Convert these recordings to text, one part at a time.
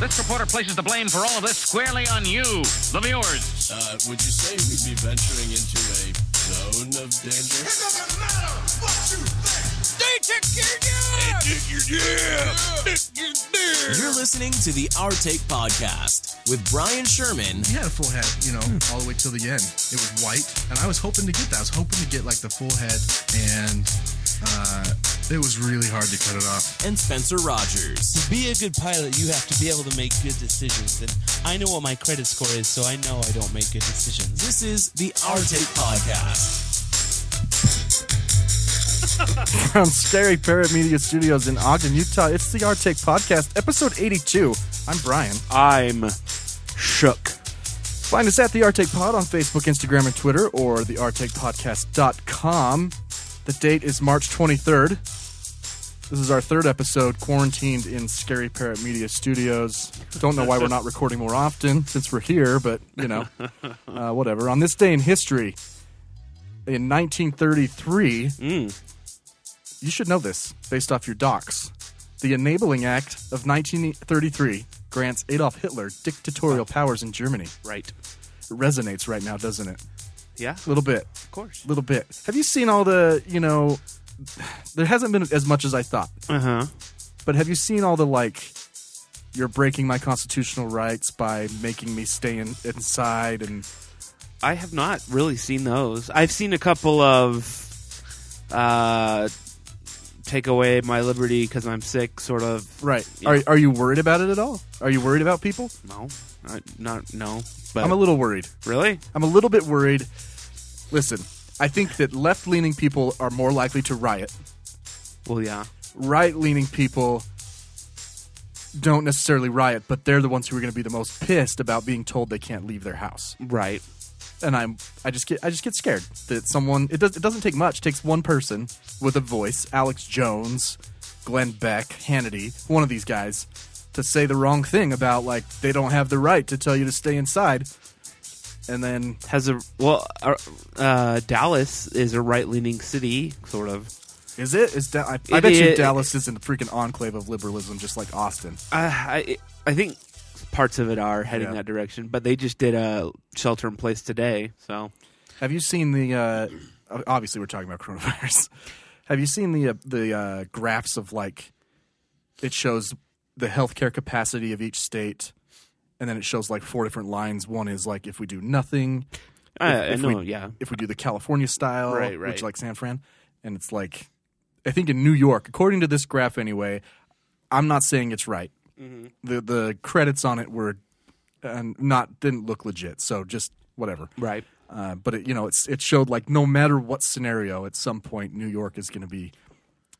This reporter places the blame for all of this squarely on you, the viewers. Uh, would you say we'd be venturing into a zone of danger? It doesn't matter what you think. You're listening to the Our Take Podcast with Brian Sherman He had a full head, you know, Hmm. all the way till the end. It was white, and I was hoping to get that. I was hoping to get like the full head, and uh, it was really hard to cut it off. and Spencer Rogers. To be a good pilot, you have to be able to make good decisions. And I know what my credit score is, so I know I don't make good decisions. This is the Our Take Podcast. From Scary Parrot Media Studios in Ogden, Utah, it's the Our Take Podcast, episode 82. I'm Brian. I'm shook. Find us at the Our Take Pod on Facebook, Instagram, and Twitter, or theartakepodcast.com. The date is March 23rd. This is our third episode, quarantined in Scary Parrot Media Studios. Don't know why we're not recording more often since we're here, but you know, uh, whatever. On this day in history, in 1933, you should know this based off your docs. The Enabling Act of 1933 grants Adolf Hitler dictatorial powers in Germany. Right. It resonates right now, doesn't it? Yeah, A little bit, of course. a little bit. Have you seen all the, you know, there hasn't been as much as I thought, Uh huh. but have you seen all the like, you're breaking my constitutional rights by making me stay in, inside and I have not really seen those. I've seen a couple of uh, take away my liberty because I'm sick, sort of. right? Yeah. Are are you worried about it at all? Are you worried about people? No, I, not no. But I'm a little worried. really, I'm a little bit worried. Listen, I think that left leaning people are more likely to riot. well, yeah. Right leaning people don't necessarily riot, but they're the ones who are going to be the most pissed about being told they can't leave their house. Right. And I'm I just get I just get scared that someone it does it doesn't take much. It takes one person with a voice, Alex Jones, Glenn Beck, Hannity, one of these guys to say the wrong thing about like they don't have the right to tell you to stay inside. And then Has a well. Uh, uh, Dallas is a right leaning city, sort of. Is it? Is da- I, I It bet you is- Dallas is in the freaking enclave of liberalism, just like Austin. Uh, I I think parts of it are heading Yeah. that direction, but they just did a shelter in place today, so Have you seen the? Uh, ob- obviously, we're talking about coronavirus. Have you seen the uh, the uh, graphs of like? It shows the healthcare capacity of each state, and then it shows like four different lines. One is like if we do nothing, I, I if know. we- Uh, yeah, if we do the California style, Right, which right. like San Fran, and it's like, I think in New York, according to this graph anyway, I'm not saying it's right. Mm-hmm. The the credits on it were uh, not didn't look legit, so just whatever. right. Uh, but it, you know, it's it showed like no matter what scenario, at some point New York is going to be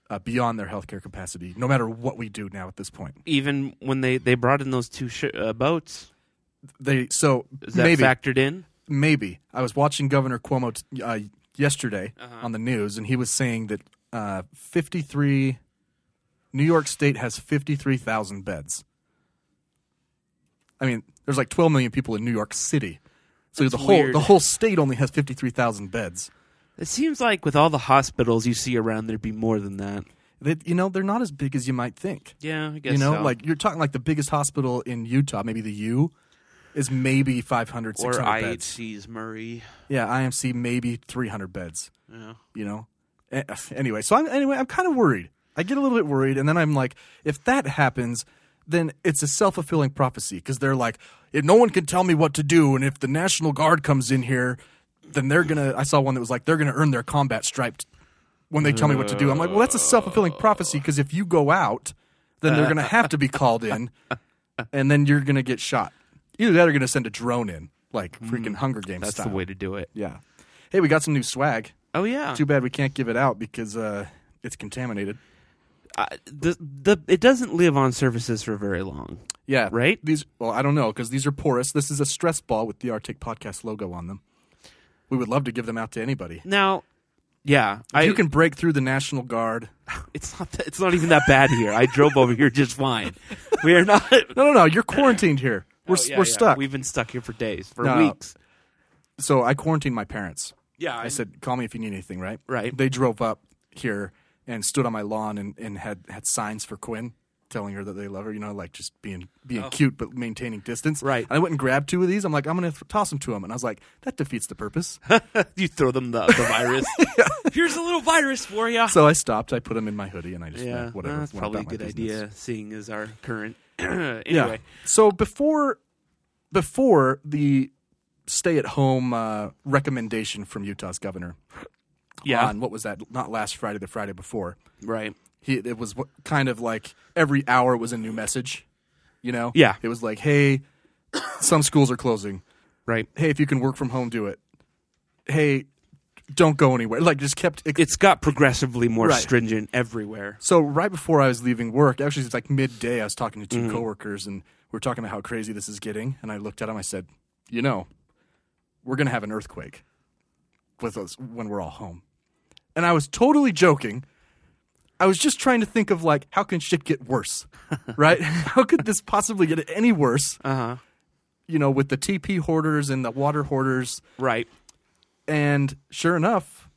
uh, beyond their healthcare capacity, no matter what we do now at this point. Even when they they brought in those two sh- uh, boats, They so is that maybe factored in? maybe I was watching Governor Cuomo t- uh, yesterday Uh-huh. on the news, and he was saying that uh, 53 New York State has 53,000 beds. I mean, there's like 12 million people in New York City, so the whole weird. the whole state only has 53,000 beds. It seems like with all the hospitals you see around, there'd be more than that. That you know they're not as big as you might think. Yeah, I guess you know, so. like you're talking like the biggest hospital in Utah, maybe the U, is maybe 500, or 600 beds. IHC's Murray. Yeah, IMC maybe 300 beds. Yeah. you know. A- Anyway, so I'm anyway, I'm kind of worried. I get a little bit worried, and then I'm like, if that happens, then it's a self fulfilling prophecy because they're like, if no one can tell me what to do, and if the National Guard comes in here, then they're gonna. I saw one that was like, they're gonna earn their combat stripe when they tell me what to do. I'm like, well, that's a self fulfilling prophecy because if you go out, then they're gonna have to be called in, and then you're gonna get shot. Either that, or gonna send a drone in, like freaking Hunger Games Hmm. That's style. the way to do it. Yeah. Hey, we got some new swag. Oh yeah, Too bad we can't give it out because uh, it's contaminated. I- the the it doesn't live on surfaces for very long. Yeah, Right? These, well, I don't know because these are porous. This is a stress ball with the Arctic Podcast logo on them. We would love to give them out to anybody. Now, yeah, I, you can break through the National Guard. It's not. That, it's not even that bad here. I drove over here just fine. We are not. No, no, no. You're quarantined here. We're Oh, yeah, we're yeah. stuck. We've been stuck here for days, for No. weeks. so I quarantined my parents. Yeah, I, I- said, call me if you need anything. Right. Right. They drove up here and stood on my lawn and, and had had signs for Quinn. telling her that they love her. You know, like just being being cute but maintaining distance. Oh. Right. And I went and grabbed two of these. I'm like, I'm gonna th- toss them to him, and I was like, that defeats the purpose. you throw them the, the virus. Here's a little virus for you. so I stopped. I put them in my hoodie, and I just Yeah, went, whatever. that's went about probably a my good business. idea, seeing as our current. anyway, So before before the stay at home uh, recommendation from Utah's governor yeah, on what was that? Not last Friday, the Friday before. right. he it was what- kind of like every hour was a new message you know Yeah. it was like hey some schools are closing Right. hey if you can work from home do it hey don't go anywhere like just kept It's got progressively more Right. stringent everywhere. so right before i was leaving work actually it's like midday i was talking to 2 coworkers and we were talking about how crazy this is getting and i looked at him i said you know we're going to have an earthquake with us when we're all home and i was totally joking I was just trying to think of like how can shit get worse, right? how could this possibly get any worse? Uh huh. You know, with the TP hoarders and the water hoarders, Right. and sure enough,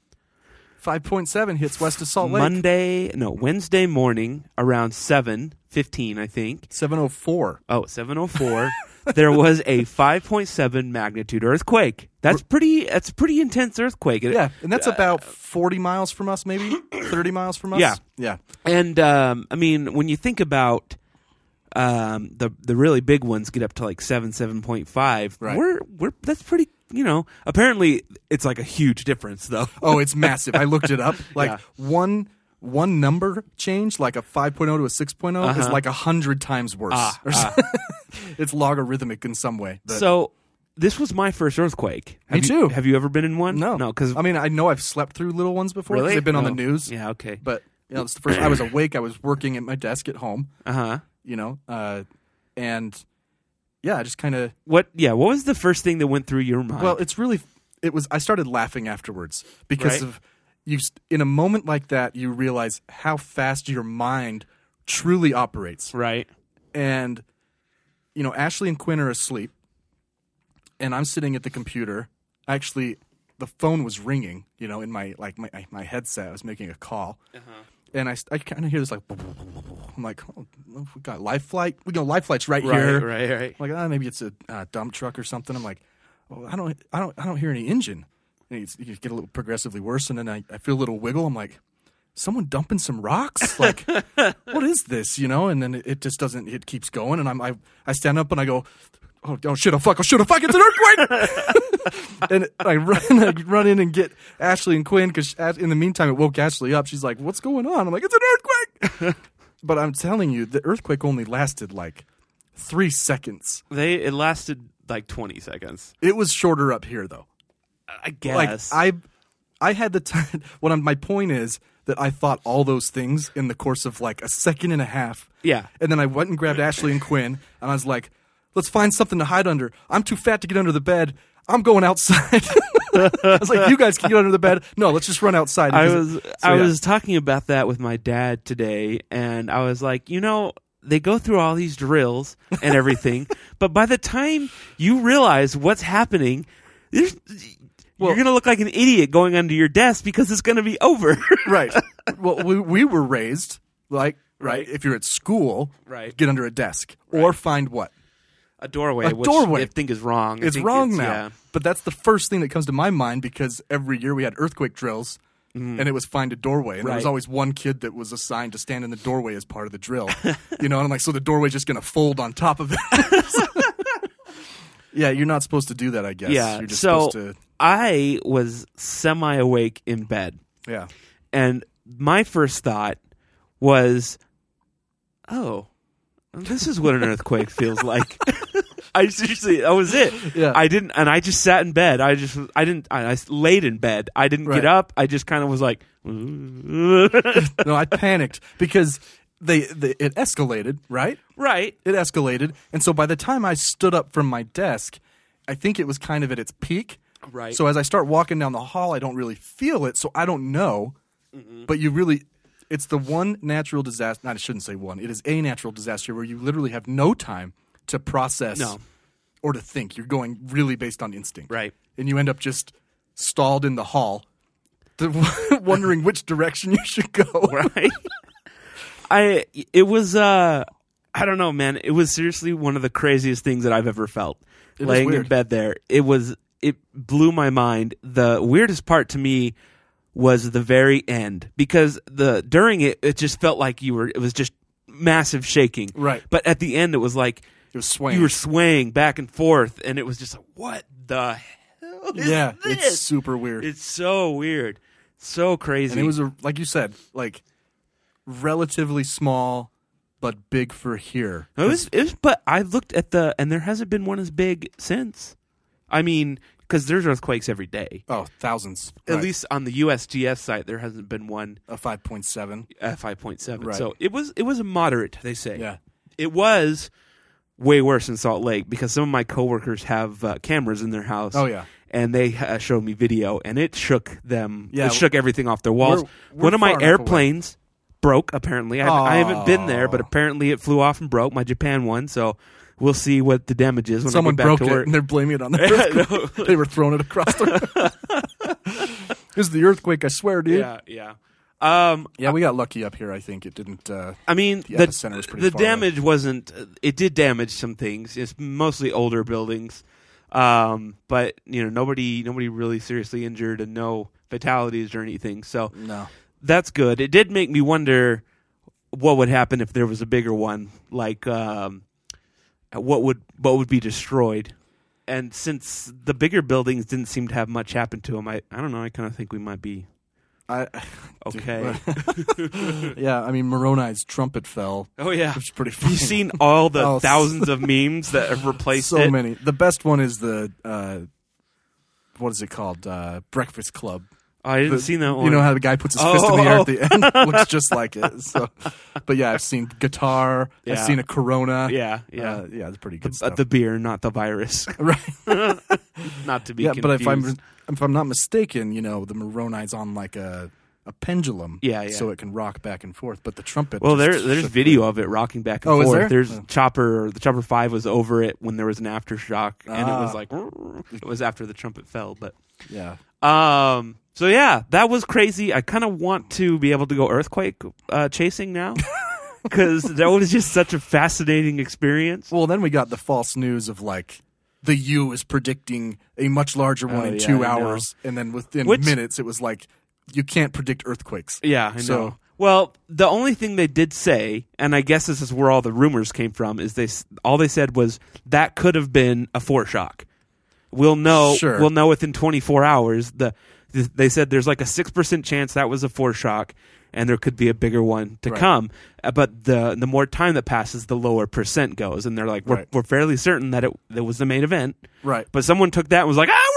five point seven hits west of Salt Lake. Monday, no, Wednesday morning around seven fifteen, I think. Seven oh four. Oh, 704. there was a 5.7 magnitude earthquake. That's pretty. That's a pretty intense earthquake. It- Yeah, and that's about forty miles from us, maybe thirty miles from us. Yeah. yeah. And um, I mean, when you think about um, the the really big ones, get up to like seven, seven point five. Right. We're we're that's pretty. You know, apparently it's like a huge difference, though. Oh, it's massive. I looked it up. Like Yeah. one one number change, like a 5.0 to a 6.0, is Uh-huh. like a hundred times worse. Or so- it's logarithmic in some way. but- Ah, so this was my first earthquake. Me Have you- too. have you ever been in one? No, no, because I mean I know I've slept through little ones before. 'cause really They've been on the No. news. Yeah, okay, but you know, it's the first. I was awake. I was working at my desk at home. uh huh. You know, uh, and yeah, I just kind of. What? Yeah, what was the first thing that went through your mind? Well, it's really. It was. I started laughing afterwards because Right. of you. s- In a moment like that, you realize how fast your mind truly operates, right. and you know Ashley and Quinn are asleep, and I'm sitting at the computer. Actually, the phone was ringing. You know, in my like my my headset, I was making a call, Uh-huh. and I, I kind of hear this like I'm like, oh, we got life flight. We got life flights right, here. Right. Right. I'm like, ah, maybe it's a uh, dump truck or something. I'm like, oh, I don't, I don't, I don't hear any engine. And it's, you get a little progressively worse, and then I, I feel a little wiggle. I'm like, someone dumping some rocks? Like, what is this? You know? And then it, it just doesn't. It keeps going, and I'm, I, I stand up and I go, oh, oh shit, oh fuck, oh shit, oh fuck, it's an earthquake! and I run, I run in and get Ashley and Quinn because in the meantime it woke Ashley up. She's like, what's going on? I'm like, it's an earthquake. but I'm telling you, the earthquake only lasted like three seconds. They it lasted like twenty seconds. It was shorter up here though. I guess. Like I I had the time what I'm, my point is that I thought all those things in the course of like a second and a half. Yeah. And then I went and grabbed Ashley and Quinn and I was like, "Let's find something to hide under. I'm too fat to get under the bed. I'm going outside." I was like, "You guys can get under the bed. No, let's just run outside." I because- was So, I yeah. was talking about that with my dad today, and I was like, you know, they go through all these drills and everything, but by the time you realize what's happening, there's. you're gonna look like an idiot going under your desk because it's gonna be over. right. Well, we, we were raised like right. Right. If you're at school, Right. get under a desk or find what a doorway, A doorway. I think is wrong. I it's think wrong now. yeah. But that's the first thing that comes to my mind because every year we had earthquake drills and it was find a doorway. And there was Mm. Right. always one kid that was assigned to stand in the doorway as part of the drill. you know, and I'm like, so the doorway's just going to fold on top of it. yeah, you're not supposed to do that, I guess. Yeah. You're just so supposed I was semi awake in bed. to. Yeah. And my first thought was, oh, this is what an earthquake feels like. I seriously, that was it. Yeah. I didn't, and I just sat in bed. I just, I didn't, I, I laid in bed. I didn't Right. get up. I just kind of was like, No, I panicked because they, they it escalated, right? right. it escalated and so by the time i stood up from my desk i think it was kind of at its peak Right. so as i start walking down the hall i don't really feel it so i don't know Mm-hmm. but you really it's the one natural disaster not i shouldn't say one it is a natural disaster where you literally have no time to process No. or to think you're going really based on instinct Right. and you end up just stalled in the hall the, wondering which direction you should go Right. I it was uh I don't know, man. It was seriously one of the craziest things that I've ever felt. is Laying in weird. bed there, it was it blew my mind. The weirdest part to me was the very end because the during it it just felt like you were it was just massive shaking. Right. But at the end it was like It was swaying. you were swaying back and forth and it was just like what the hell is yeah, it's this? super weird. It's so weird. So crazy. and it was a, like you said, like relatively small but big for here. It was, it was, but I looked at the, and there hasn't been one as big since. I mean, because there's earthquakes every day. Oh, thousands. At least on the USGS site, there hasn't been one a 5.7. at 5.7. Right. So it was, it was a moderate. They say. Yeah. It was way worse in Salt Lake because some of my coworkers have uh, cameras in their house. Oh, yeah. And they uh, showed me video, and it shook them. Yeah, it shook everything off their walls. we're- we're One of my far enough away. airplanes broke. Apparently, I, I haven't been there, but apparently it flew off and broke my Japan one. So we'll see what the damage is when Someone I get back broke to it work. and they're blaming it on the earthquake. they were throwing it across the room. it was the earthquake, I swear, dude. Yeah. yeah, yeah. Um, we got lucky up here, I think. It didn't. Uh, I mean, The the, epicenter was pretty the far away. damage wasn't. It did damage some things. It's mostly older buildings, um, but you know nobody nobody really seriously injured and no fatalities or anything. So no. that's good. It did make me wonder what would happen if there was a bigger one. Like um, what would what would be destroyed? And since the bigger buildings didn't seem to have much happen to them, I, I don't know. I kind of think we might be I, okay. yeah, I mean, Moroni's trumpet fell. oh yeah. Which is pretty funny. You've seen all the Oh, s- thousands of memes that have replaced so it. many. The best one is the uh, what is it called? Uh, Breakfast Club. Oh, I didn't The- see that one. You know how the guy puts his fist in the air Oh. at the end? Looks just like it. So, but yeah, I've seen guitar. I've Yeah. seen a Corona. yeah, yeah. uh, yeah, it's pretty good Uh, stuff. the beer, not the virus, right. not to be Yeah, but if I'm confused. if I'm not mistaken, you know, the Moroni's on like a a pendulum. Yeah, yeah. So it can rock back and forth. But the trumpet. well, just there, there's shook video of it rocking back and Oh, is forth. there? There's Oh. chopper. The chopper five was over it when there was an aftershock, and it was Ah. like "Rrrr." it was after the trumpet fell. But it. Yeah. um, so yeah, that was crazy. I kind of want to be able to go earthquake uh, chasing now because that was just such a fascinating experience. Well, then we got the false news of like the U is predicting a much larger one Oh, in yeah, I two know. hours, and then within Which- minutes it was like you can't predict earthquakes. Yeah, I So- know. Well, the only thing they did say, and I guess this is where all the rumors came from, is they s- all they said was that could have been a foreshock. We'll know. Sure. We'll know within 24 hours. The th- they said there's like a six percent chance that was a foreshock, and there could be a bigger one to Right. come. Uh, But the the more time that passes, the lower percent goes, and they're like, we're, Right. we're fairly certain that it that was the main event. Right. But someone took that and was like, ah,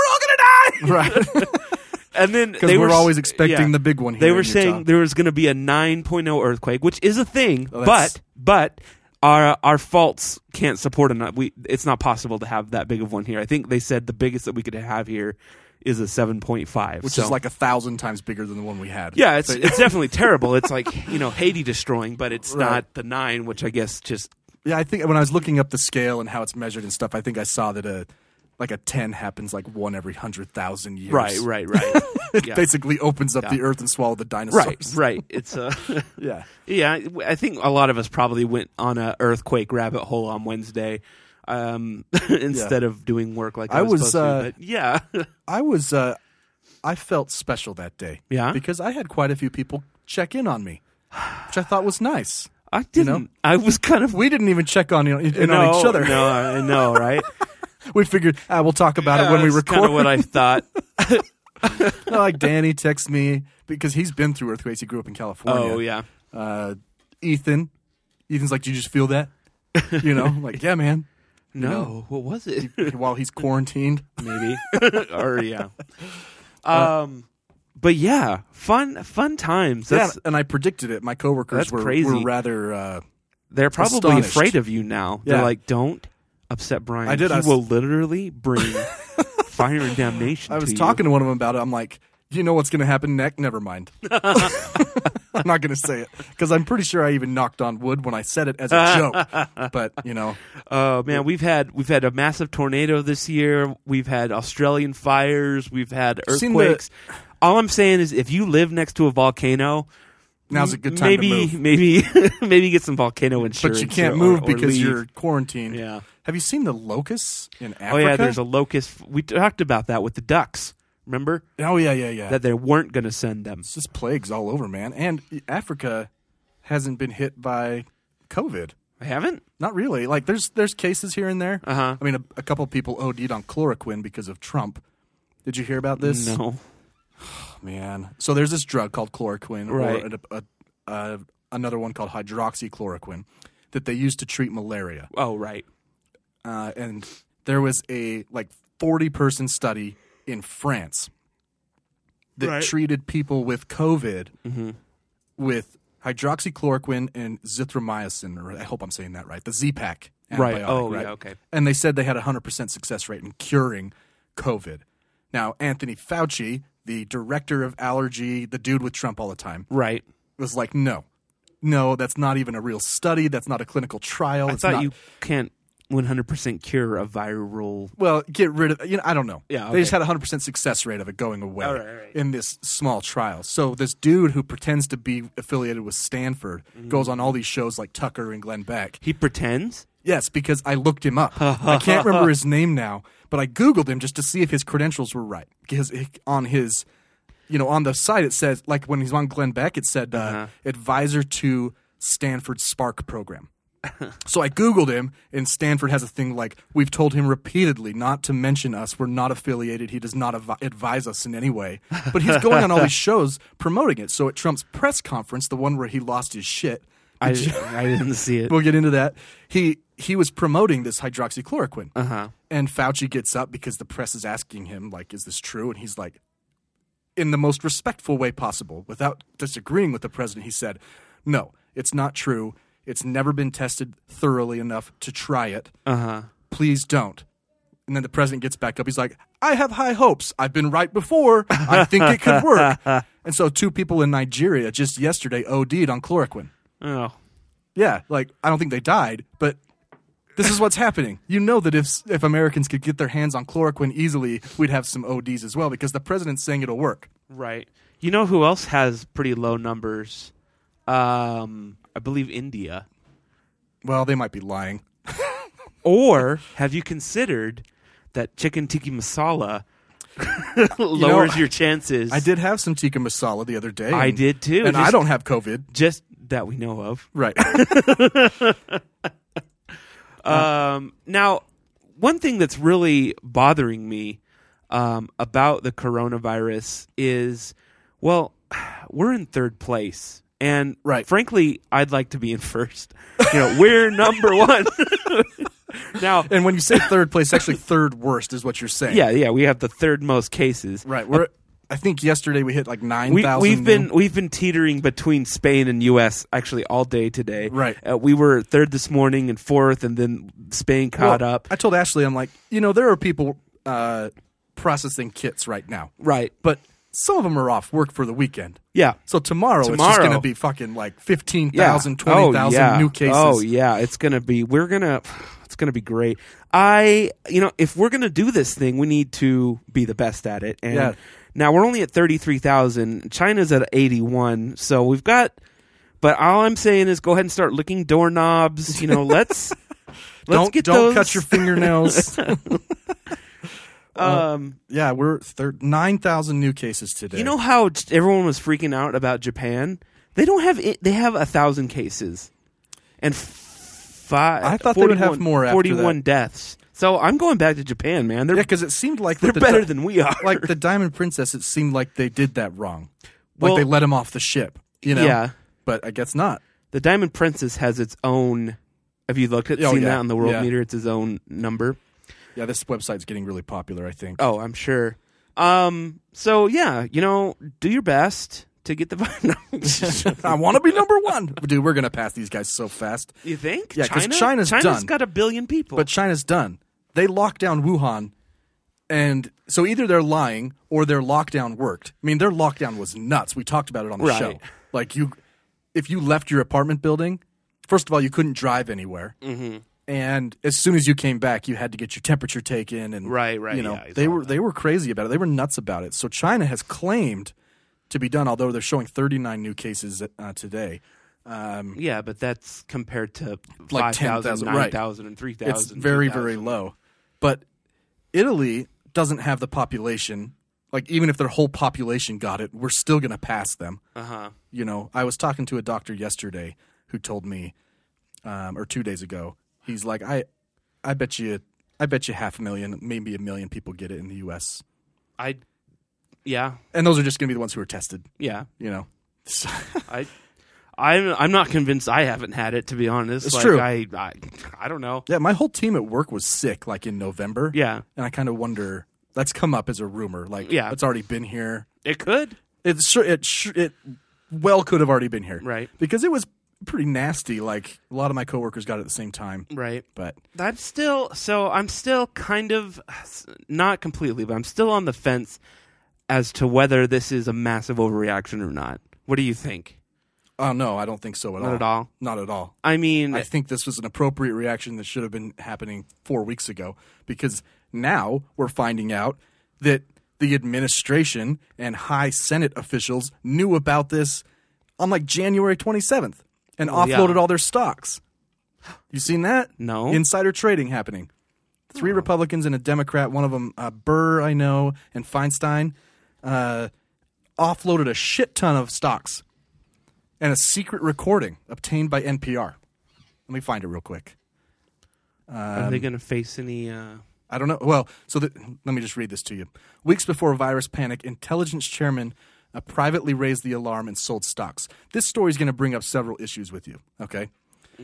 we're all gonna die. Right. Because And then they we're were s- always expecting yeah. the big one. Here They were in Utah. saying there was going to be a 9.0 earthquake, which is a thing, Oh, that's- but but our our faults can't support enough. We it's not possible to have that big of one here. I think they said the biggest that we could have here is a 7.5, which so- is like a thousand times bigger than the one we had. yeah, it's So- it's definitely terrible. It's like you know Haiti destroying, but it's Right. not the nine, which I guess just Yeah, I think when I was looking up the scale and how it's measured and stuff, I think I saw that a like a ten happens like one every hundred thousand years. right, right, right, It Yeah. basically opens up the earth and swallowed the right, dinosaurs. right. It's uh, Yeah. Yeah, I- I think a lot of us probably went on a earthquake rabbit hole on Wednesday um, instead of doing work like I, I was, was, supposed uh, to. But yeah, I was uh I felt special that day. Yeah? Because I had quite a few people check in on me. Which I thought was nice. I didn't. know? I was kind of We didn't even check on in in no, on each other. No, I know, right? We figured ah, we'll talk about it when we That's kind record. Oh, of what I thought. No, like Danny texts me because he's been through earthquakes. He grew up in California. Oh yeah, uh, Ethan. Ethan's like, "Do you just feel that?" You know, I'm like, "Yeah, man." no. know? What was it? While he's quarantined, Maybe or yeah. Um, but yeah, fun fun times. Uh, yeah. That's, And I predicted it. My coworkers That's were, crazy. were rather. Uh, They're probably astonished. afraid of you now. Yeah. They're like, don't upset Brian. I did, He I was- will literally bring fire and damnation. I was to talking to one of them about it. I'm like, "You know what's going to happen next? Never mind." I'm not going to say it because I'm pretty sure I even knocked on wood when I said it as a joke. But you know, You. Oh man, we've had we've had a massive tornado this year. We've had Australian fires. We've had Seen the- earthquakes. All I'm saying is, if you live next to a volcano, now's a good time maybe, to move. maybe, maybe get some volcano insurance. But you can't or- move or because leave. you're quarantined. Yeah. Have you seen the locusts in Africa? Oh yeah, there's a locust. We talked about that with the ducks. Remember Oh yeah, yeah, yeah. that they weren't going to send them. it's just plagues all over, man. And Africa hasn't been hit by COVID. I haven't. Not really. Like there's there's cases here and there. Uh-huh. I mean, a, a couple people OD'd on chloroquine because of Trump. Did you hear about this? Oh, No. man. So there's this drug called chloroquine, Right. or a, a, a, another one called hydroxychloroquine, that they use to treat malaria. Oh right. Uh, and there was a like 40 person study in France that Right. Mm-hmm. treated people with COVID with hydroxychloroquine and zithromycin, or I hope I'm saying that right, the Z-Pack antibiotic. Right. Oh, right? yeah, okay. And they said they had a 100% success rate in curing COVID. Now, Anthony Fauci, the director of allergy, the dude with Trump all the time, Right. was like, no, no, that's not even a real study. That's not a clinical trial. I it's thought not- you can't 100% cure a viral. Well, get rid of you know I don't know. Yeah, they just okay. had a hundred percent success rate of it going away All right, all right. in this small trial. So this dude who pretends to be affiliated with Stanford Mm-hmm. goes on all these shows like Tucker and Glenn Beck. He pretends. Yes, because I looked him up. I can't remember his name now, but I googled him just to see if his credentials were right because it- on his, you know, on the site it says like when he's on Glenn Beck it said uh, advisor to Stanford Spark program. So I Googled him, and Stanford has a thing like, We've told him repeatedly not to mention us. We're not affiliated. He does not av- advise us in any way. But he's going on all these shows promoting it. So at Trump's press conference, the one where he lost his shit, I, I didn't see it. we'll get into that. He he was promoting this hydroxychloroquine. And Fauci gets up because the press is asking him, like, is this true? And he's like, in the most respectful way possible, without disagreeing with the president, he said, no, it's not true. It's never been tested thoroughly enough to try it. Uh huh. Please don't. And then the president gets back up. He's like, I have high hopes. I've been right before. I think it could work. and so, two people in Nigeria just yesterday OD'd on chloroquine. Oh. Yeah, like I don't think they died, but this is what's happening. You know that if if Americans could get their hands on chloroquine easily, we'd have some ODs as well because the president's saying it'll work. Right. You know who else has pretty low numbers? Um, I believe India. Well, they might be lying. Or have you considered that chicken tikka masala lowers your chances? I did have some tikka masala the other day. I did too, and I just- don't have COVID. Just that we know of. Right. Um, now, one thing that's really bothering me um, about the coronavirus is, well, we're in third place, and Right. frankly, I'd like to be in first. You know, we're number one. now, and when you say third place, actually third worst is what you're saying. yeah, yeah, we have the third most cases. Right. We're. I think yesterday we hit like nine We, thousand. we've been we've been teetering between Spain and U.S. actually all day today. Right. uh, we were third this morning and fourth, and then Spain caught Well, up. I told Ashley, I'm like, you know, there are people uh, processing kits right now, right, but some of them are off work for the weekend. yeah. So tomorrow, it's just Tomorrow. going to be fucking like 15,000, Yeah. Oh, 20,000 yeah. new cases. Oh yeah, it's gonna be. We're gonna. It's gonna be great. I, you know, if we're gonna do this thing, we need to be the best at it. And Yeah. now we're only at thirty three thousand. China's at eighty one. So we've got. But all I'm saying is, go ahead and start licking doorknobs. You know, let's. Let's don't get don't those- cut your fingernails. Uh, Um, yeah, we're thir- 9,000 new cases today. you know how j- everyone was freaking out about Japan? They don't have. It, they have a thousand cases, and f- five. I thought they would have more after that. Forty-one deaths. So I'm going back to Japan, man. They're yeah, because it seemed like they're the better di- than we are. like the Diamond Princess. It seemed like they did that wrong. Like Well- they let him off the ship. You know. Yeah. But I guess not. the Diamond Princess has its own. Have you looked at Oh, seen yeah. that on the world Yeah. meter? It's its own number. Yeah, this website's getting really popular. I think. Oh, I'm sure. Um. So yeah, you know, do your best to get the virus. I want to be number one, dude. We're gonna pass these guys so fast. you think? Yeah, 'cause China? China's China's done. got a billion people. But China's done. They locked down Wuhan, and so either they're lying or their lockdown worked. I mean, their lockdown was nuts. We talked about it on the Right. show. Like you, if you left your apartment building, first of all, you couldn't drive anywhere, Mm-hmm. and as soon as you came back, you had to get your temperature taken. And Right, right, you know, yeah, I they saw were they were crazy about it. They were nuts about it. So China has claimed to be done, although they're showing 39 new cases uh, today. Um, Yeah, but that's compared to Like 5,000, 10,000, right. 9,000, and 3,000. it's very, 2,000. very low. But Italy doesn't have the population. Like, even if their whole population got it, we're still going to pass them. Uh-huh. you know, I was talking to a doctor yesterday who told me, um, or two days ago, he's like, I, I bet you, I bet you half a million, maybe a million people get it in the U.S. I, yeah, And those are just going to be the ones who are tested, yeah. you know. So- I, I'm, I'm not convinced I haven't had it, to be honest. It's like, true. I, I, I don't know. yeah, my whole team at work was sick, like in November. Yeah. and I kind of wonder that's come up as a rumor, like Yeah. it's already been here. It could. It sure it sure, it well could have already been here, Right. Because it was pretty nasty. Like a lot of my coworkers got it at the same time, Right. but I'm still so I'm still kind of not completely, but I'm still on the fence as to whether this is a massive overreaction or not. What do you think? Oh no, I don't think so at all. Not at all? Not at all. I mean, I think this was an appropriate reaction that should have been happening four weeks ago because now we're finding out that the administration and high Senate officials knew about this on like January 27th and Oh, yeah. offloaded all their stocks. You seen that? No. Insider trading happening. Three Republicans and a Democrat, one of them uh, Burr, I know, and Feinstein, uh, offloaded a shit ton of stocks and a secret recording obtained by NPR. Let me find it real quick. are um, they going to face any? Uh, I don't know. Well, so the, let me just read this to you. Weeks before virus panic, intelligence chairman uh, privately raised the alarm and sold stocks. This story is going to bring up several issues with you. Okay.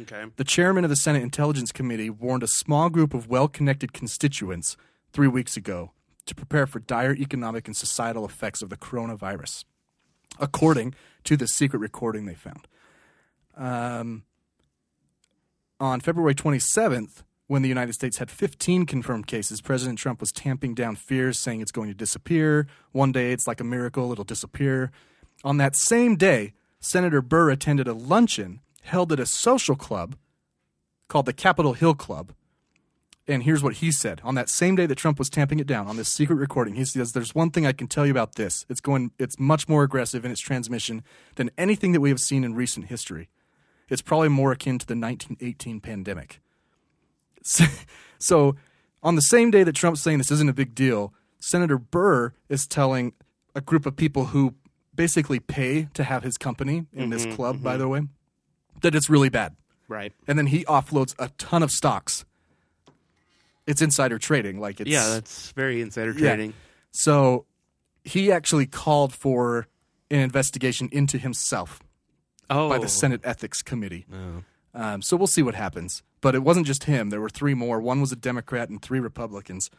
okay, The chairman of the Senate Intelligence Committee warned a small group of well connected constituents three weeks ago to prepare for dire economic and societal effects of the coronavirus, according to the secret recording they found. Um, on February 27th, when the United States had 15 confirmed cases, President Trump was tamping down fears, saying it's going to disappear. One day it's like a miracle, it'll disappear. On that same day, Senator Burr attended a luncheon held at a social club called the Capitol Hill Club. And here's what he said on that same day that Trump was tamping it down on this secret recording. He says, "There's one thing I can tell you about this. It's going. It's much more aggressive in its transmission than anything that we have seen in recent history. It's probably more akin to the 1918 pandemic." So, so on the same day that Trump's saying this isn't a big deal, Senator Burr is telling a group of people who basically pay to have his company in this club, by the way, that it's really bad right? and then he offloads a ton of stocks. It's insider trading, like it's Yeah, that's very insider Yeah. trading. so he actually called for an investigation into himself Oh, by the Senate Ethics Committee. Um, so we'll see what happens. But it wasn't just him. There were three more. One was a Democrat and three Republicans.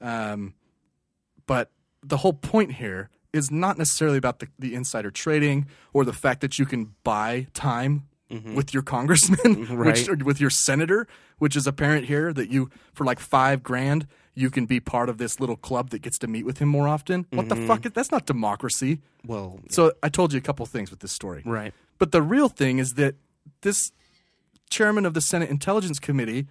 Um, but the whole point here is not necessarily about the, the insider trading or the fact that you can buy time with your congressman, which, Mm-hmm. Right. or with your senator, which is apparent here that you, for like five grand, you can be part of this little club that gets to meet with him more often. What Mm-hmm. the fuck? That's not democracy. Well, So I told you a couple things with this story. right. But the real thing is that this chairman of the Senate Intelligence Committee,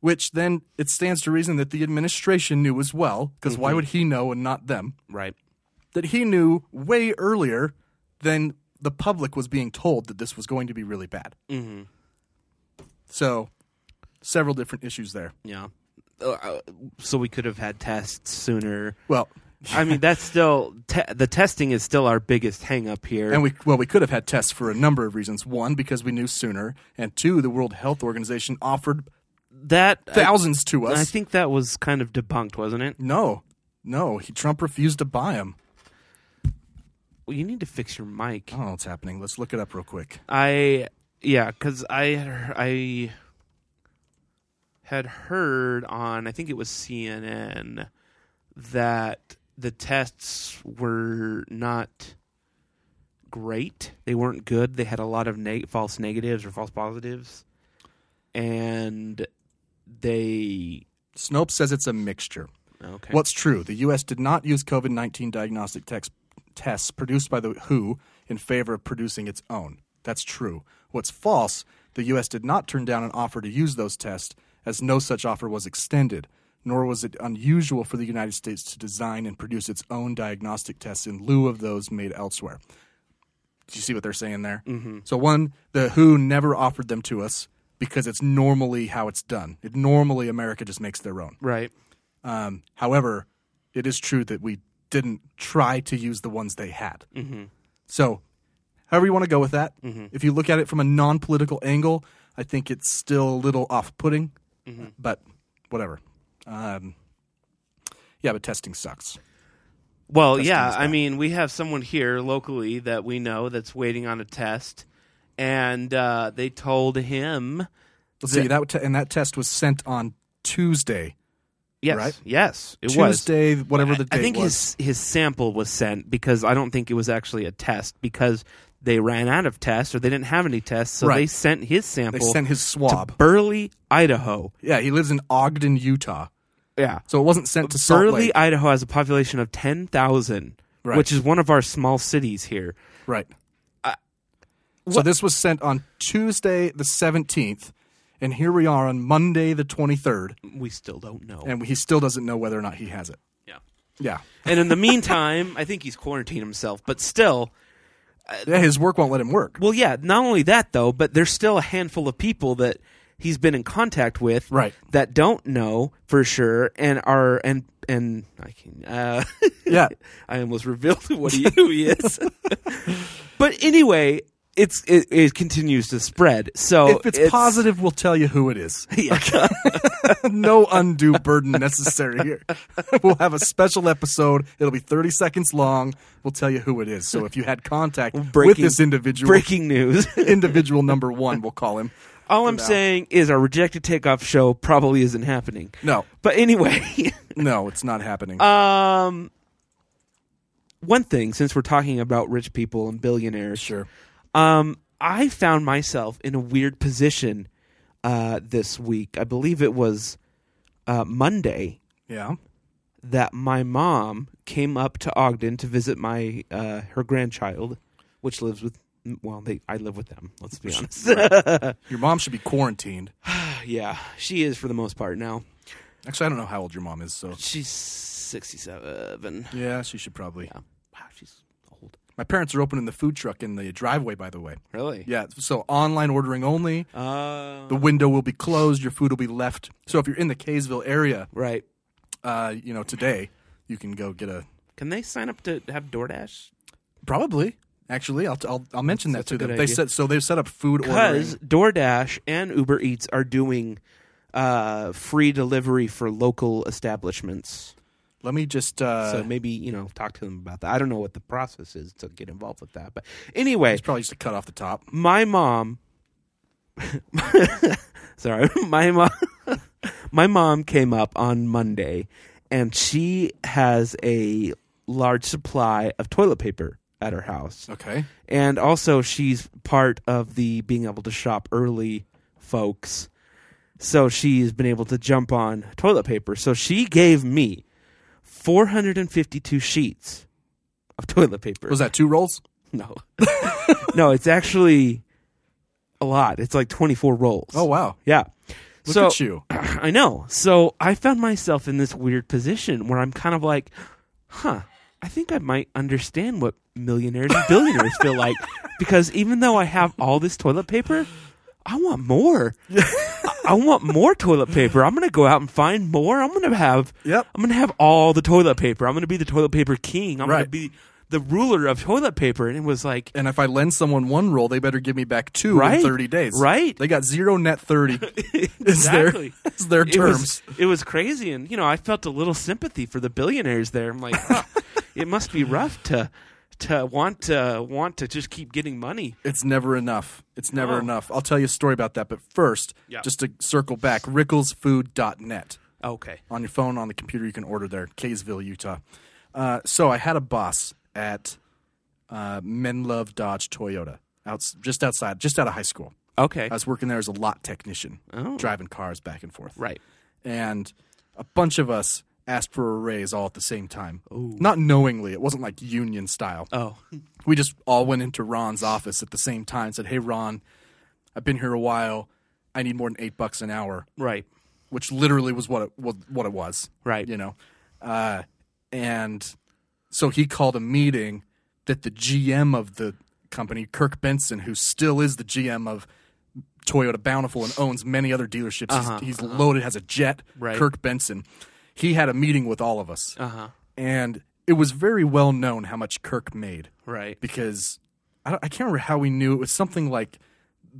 which then it stands to reason that the administration knew as well, because why would he know and not them? Right. That he knew way earlier than the public was being told that this was going to be really bad. Mm-hmm. So, several different issues there. Yeah. Uh, uh, So we could have had tests sooner. Well, I mean, that's still te- the testing is still our biggest hang up here. And we well, we could have had tests for a number of reasons. One, because we knew sooner, and two, the World Health Organization offered that thousands to I, us. I think that was kind of debunked, wasn't it? no, no, he, Trump refused to buy them. Well, you need to fix your mic. I don't know Oh, what's happening. Let's look it up real quick. I yeah, because I I had heard on I think it was CNN that the tests were not great. They weren't good. They had a lot of neg- false negatives or false positives, and they Snopes says it's a mixture. okay. What's true? The U.S. did not use COVID 19 diagnostic tex- tests produced by the WHO in favor of producing its own. That's true. What's false? The U.S. did not turn down an offer to use those tests, as no such offer was extended. nor was it unusual for the United States to design and produce its own diagnostic tests in lieu of those made elsewhere. Do you see what they're saying there? Mm-hmm. So, one, the WHO never offered them to us because it's normally how it's done. It normally America just makes their own. Right. Um, however, it is true that we didn't try to use the ones they had. Mm-hmm. So, however you want to go with that, if you look at it from a non political angle, I think it's still a little off putting, Mm-hmm. but whatever. Um, yeah, but testing sucks. Well, yeah. I mean, we have someone here locally that we know that's waiting on a test, and uh, they told him, Let's see, that te- and that test was sent on Tuesday. yes, Right. yes, it was. Tuesday, whatever the I date think was. his his sample was sent because I don't think it was actually a test because they ran out of tests or they didn't have any tests, so Right. they sent his sample. they sent his swab. to Burley, Idaho. yeah, he lives in Ogden, Utah. Yeah, So it wasn't sent to Salt Burley, Lake. Idaho has a population of ten thousand, Right. which is one of our small cities here. Right. so this was sent on Tuesday the 17th, and here we are on Monday the 23rd, We still don't know. and he still doesn't know whether or not he has it. yeah. Yeah. And in the meantime, I think he's quarantined himself, but still, Uh, Yeah, his work won't let him work. well, yeah, not only that, though, but there's still a handful of people that he's been in contact with Right. that don't know for sure and are, and, and I can, uh, Yeah. I almost revealed what he, who he is. but anyway, it's, it, it continues to spread. So if it's, positive, we'll tell you who it is. no undue burden necessary here. we'll have a special episode. It'll be 30 seconds long. We'll tell you who it is. So if you had contact with breaking- this individual, breaking news. individual number one, we'll call him. All I'm saying is our rejected takeoff show probably isn't happening. No. But anyway, No, it's not happening. um, one thing since we're talking about rich people and billionaires, sure. um, I found myself in a weird position uh, this week. I believe it was uh, Monday Yeah. that my mom came up to Ogden to visit my uh, her grandchild, which lives with. Well, they I live with them. Let's be honest. Your mom should be quarantined. yeah, she is for the most part now. Actually, I don't know how old your mom is, so She's sixty-seven. yeah, she should probably. Wow, she's old. My parents are opening the food truck in the driveway, by the way. Really? Yeah, so online ordering only. Uh, The window will be closed. Your food will be left. So if you're in the Kaysville area, right. uh, you know today you can go get a. Can they sign up to have DoorDash? Probably, actually, I'll I'll, I'll mention That's that to a good them. They idea. set so they've set up food ordering. Because DoorDash and Uber Eats are doing uh, free delivery for local establishments. Let me just. Uh, so maybe you know talk to them about that. I don't know what the process is to get involved with that, but anyway, it's probably just to cut off the top. my mom. sorry, my mom. my mom came up on Monday, and she has a large supply of toilet paper at her house. Okay. and also she's part of the being able to shop early folks so she's been able to jump on toilet paper so she gave me 452 sheets of toilet paper Was that two rolls? no no it's actually a lot it's like 24 rolls Oh wow! yeah Look so at you. I know. So I found myself in this weird position where I'm kind of like, huh, I think I might understand what millionaires and billionaires feel like because even though I have all this toilet paper, I want more. I- I want more toilet paper. I'm gonna go out and find more. I'm gonna have. Yep. I'm gonna have all the toilet paper. I'm gonna be the toilet paper king. I'm gonna Right. be the ruler of toilet paper. And it was like, And if I lend someone one roll, they better give me back two Right. in 30 days. Right. They got zero net 30. is their, Exactly. is their It was- terms. It was, crazy, and you know, I felt a little sympathy for the billionaires there. I'm like, huh, it must be rough to to want to want to just keep getting money. It's never enough. It's never No. enough. I'll tell you a story about that. But first, Oh. Yeah. just to circle back, ricklesfood.net. Okay, On your phone, on the computer, you can order there. Kaysville, Utah. Uh, so I had a boss at uh, Men Love Dodge Toyota, out, just outside, just out of high school. okay, I was working there as a lot technician, Oh. driving cars back and forth. right. and a bunch of us asked for a raise all at the same time. Not knowingly, it wasn't like union style. Oh, We just all went into Ron's office at the same time and said, "Hey Ron, I've been here a while. I need more than 8 bucks an hour. right. which literally was what it was, what it was. Right. You know, uh, and so he called a meeting that the GM of the company, Kirk Benson, who still is the GM of Toyota Bountiful and owns many other dealerships. he's he's loaded, has a jet. Uh-huh, Right. Kirk Benson. He had a meeting with all of us, Uh huh. and it was very well known how much Kirk made Right. because I, don't, I can't remember how we knew it was something like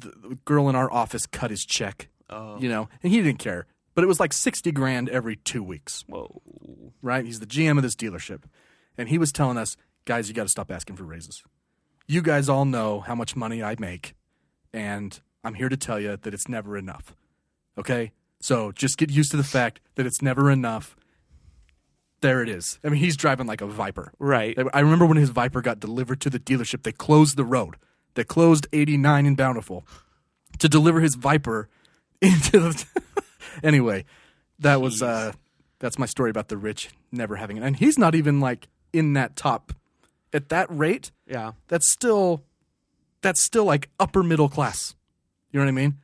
the, the girl in our office cut his check, Oh. you know, and he didn't care. But it was like sixty grand every two weeks, Whoa. right? He's the GM of this dealership, and he was telling us, guys, you got to stop asking for raises. You guys all know how much money I make, and I'm here to tell you that it's never enough. Okay, so just get used to the fact that it's never enough. There it is. I mean, he's driving like a viper, Right. I remember when his Viper got delivered to the dealership, they closed the road. They closed 89 in Bountiful to deliver his Viper into the. anyway, that was uh, that's my story about the rich never having it, and he's not even like in that top at that rate. Yeah. That's still that's still like upper middle class. You know what I mean?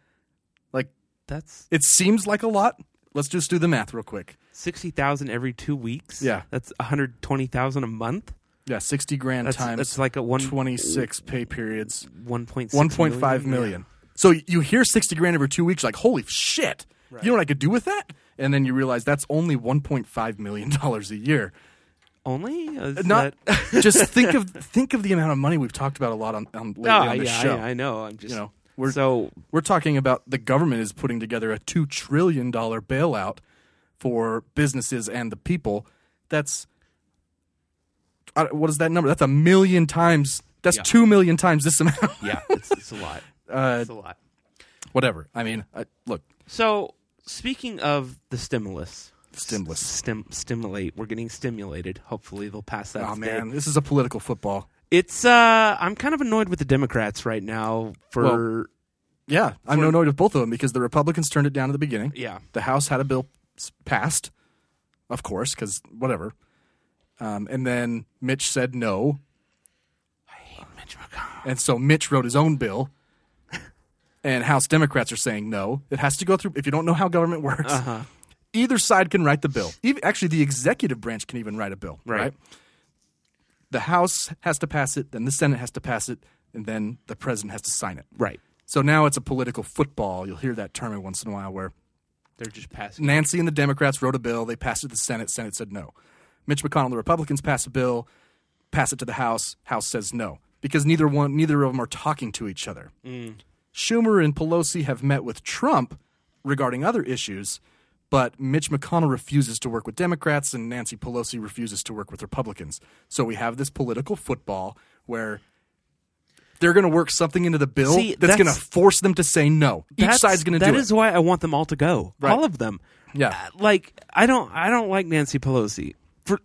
Like That's it seems like a lot. Let's just do the math real quick. sixty thousand every two weeks. Yeah. That's one hundred twenty thousand a month. Yeah, sixty grand That's times that's like a one twenty six pay periods. one point six One point five million. million. So you hear sixty grand over two weeks, like holy shit! You know what I could do with that? And then you realize that's only one point five million dollars a year. Only Is Not that- just think of think of the amount of money we've talked about a lot on, on lately Ah, on this yeah, show. I, I know. I'm just You know, we're- so We're talking about the government is putting together a two trillion dollar bailout for businesses and the people. That's I don't- what is that number? That's a million times. That's Yeah. two million times this amount. yeah, it's, it's a lot. Uh, It's a lot. whatever. I mean, I, look, So speaking of the stimulus, stimulus. stim stimulate. We're getting stimulated. Hopefully they'll pass that. Oh today. man, this is a political football. it's uh, I'm kind of annoyed with the Democrats right now for Well- Yeah, I'm no annoyed with both of them because the Republicans turned it down at the beginning. yeah. The House had a bill s- passed, of course, because whatever. Um, and then Mitch said no, Mitch McConnell. and so Mitch wrote his own bill. And House Democrats are saying no. It has to go through. If you don't know how government works, Uh-huh. either side can write the bill. Even, actually, the executive branch can even write a bill. Right. right? The House has to pass it, then the Senate has to pass it, and then the president has to sign it. Right. So now it's a political football. You'll hear that term every once in a while where They're just passing. Nancy and the Democrats wrote a bill. They passed it to the Senate. Senate said no. Mitch McConnell, the Republicans, pass a bill, pass it to the House. House says no because neither one, neither of them are talking to each other. Mm. Schumer and Pelosi have met with Trump regarding other issues, but Mitch McConnell refuses to work with Democrats and Nancy Pelosi refuses to work with Republicans. So we have this political football where they're going to work something into the bill See, that's, going to that's- force them to say no. Each That's- side's going to do That it. is why I want them all to go. Right. All of them. Yeah. Uh, Like I don't I don't like Nancy Pelosi. For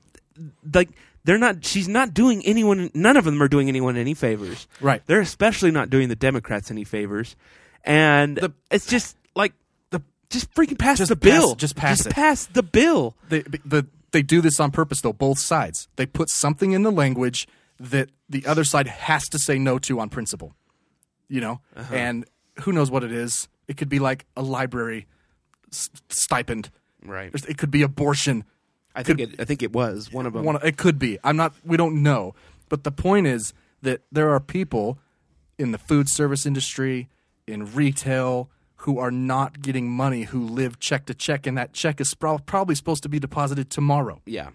like they're not she's not doing anyone none of them are doing anyone any favors. Right. They're especially not doing the Democrats any favors. And The- it's just like the just freaking pass Just the pass- bill. just pass just it. pass the bill. they, the, they do this on purpose though both sides they put something in the language that the other side has to say no to on principle you know and who knows what it is it could be like a library s- stipend Right. it could be abortion I think it I think it was one of them. One- it could be. I'm not. We don't know. But the point is that there are people in the food service industry, in retail, who are not getting money, who live check to check, and that check is prob- probably supposed to be deposited tomorrow. yeah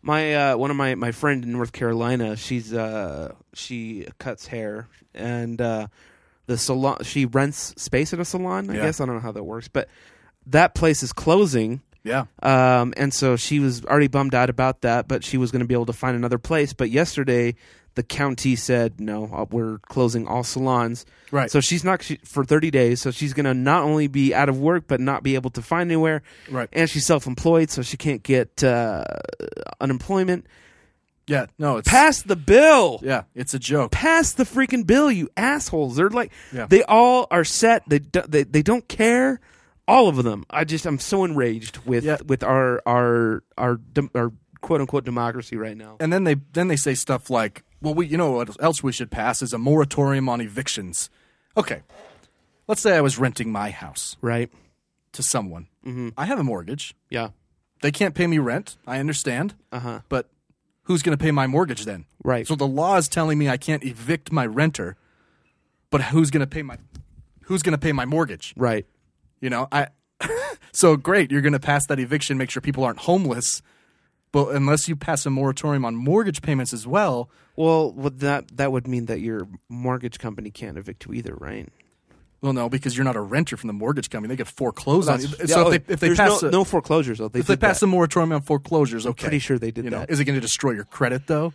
my uh one of my my friend in north carolina she's uh she cuts hair and uh the salon she rents space at a salon i Yeah. guess i don't know how that works but that place is closing Yeah. um and so she was already bummed out about that but she was going to be able to find another place but yesterday the county said no uh, we're closing all salons Right. so she's not she, for 30 days so she's going to not only be out of work but not be able to find anywhere Right. and she's self-employed so she can't get uh, unemployment Yeah. No. It's pass the bill Yeah. It's a joke. pass the freaking bill you assholes they're like Yeah. they all are set they, do, they they don't care all of them i just i'm so enraged with Yeah. with our our our dem- our quote unquote democracy right now And then they then they say stuff like, "Well, we you know what else we should pass is a moratorium on evictions." Okay. Let's say I was renting my house right to someone Mm-hmm. I have a mortgage. Yeah. They can't pay me rent. I understand. Uh-huh. But who's going to pay my mortgage then? Right. So the law is telling me I can't evict my renter. But who's going to pay my who's going to pay my mortgage? Right. You know, I So great, you're going to pass that eviction, make sure people aren't homeless. But unless you pass a moratorium on mortgage payments as well, Well, would that that would mean that your mortgage company can't evict you either, right? well, no, because you're not a renter from the mortgage company. They could foreclose on you. That's- So yeah, oh, if they, if they there's pass no, a- no foreclosures though, they if they did pass a that. moratorium on foreclosures, okay. pretty sure they did you know, that. Is it going to destroy your credit though?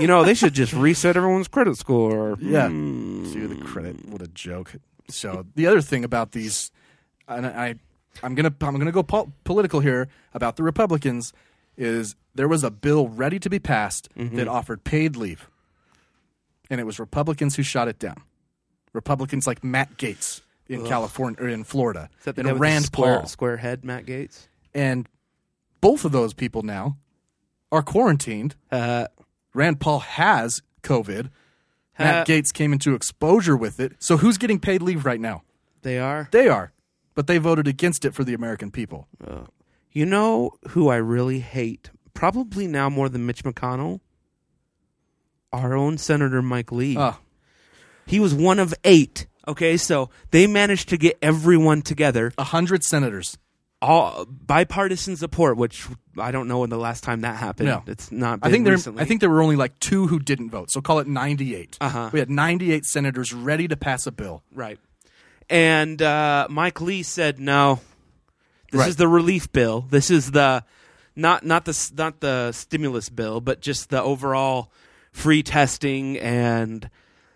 you know, they should just reset everyone's credit score. Yeah. Hmm. Dude, the credit. What a joke. So the other thing about these, and I, I'm gonna I'm gonna go pol- political here about the Republicans, is there was a bill ready to be passed Mm-hmm. that offered paid leave, and it was Republicans who shot it down. Republicans like Matt Gates in California or in Florida, Is that the guy and with Rand the square, Paul, square head, Matt Gates? and both of those people now are quarantined. Uh, Rand Paul has COVID. Matt Uh, Gates came into exposure with it. So who's getting paid leave right now? they are. They are, but they voted against it for the American people. You know who I really hate, probably now more than Mitch McConnell? Our own Senator Mike Lee. Ah. He was one of eight. Okay, so they managed to get everyone together, A hundred senators. all bipartisan support, which I don't know when the last time that happened. No. It's not. I Been think there. recently. I think there were only like two who didn't vote. So call it 98 Uh-huh. We had ninety-eight senators ready to pass a bill. Right. And uh, Mike Lee said, "No, this Right. is the relief bill. This is the not not the s- not the stimulus bill, but just the overall free testing and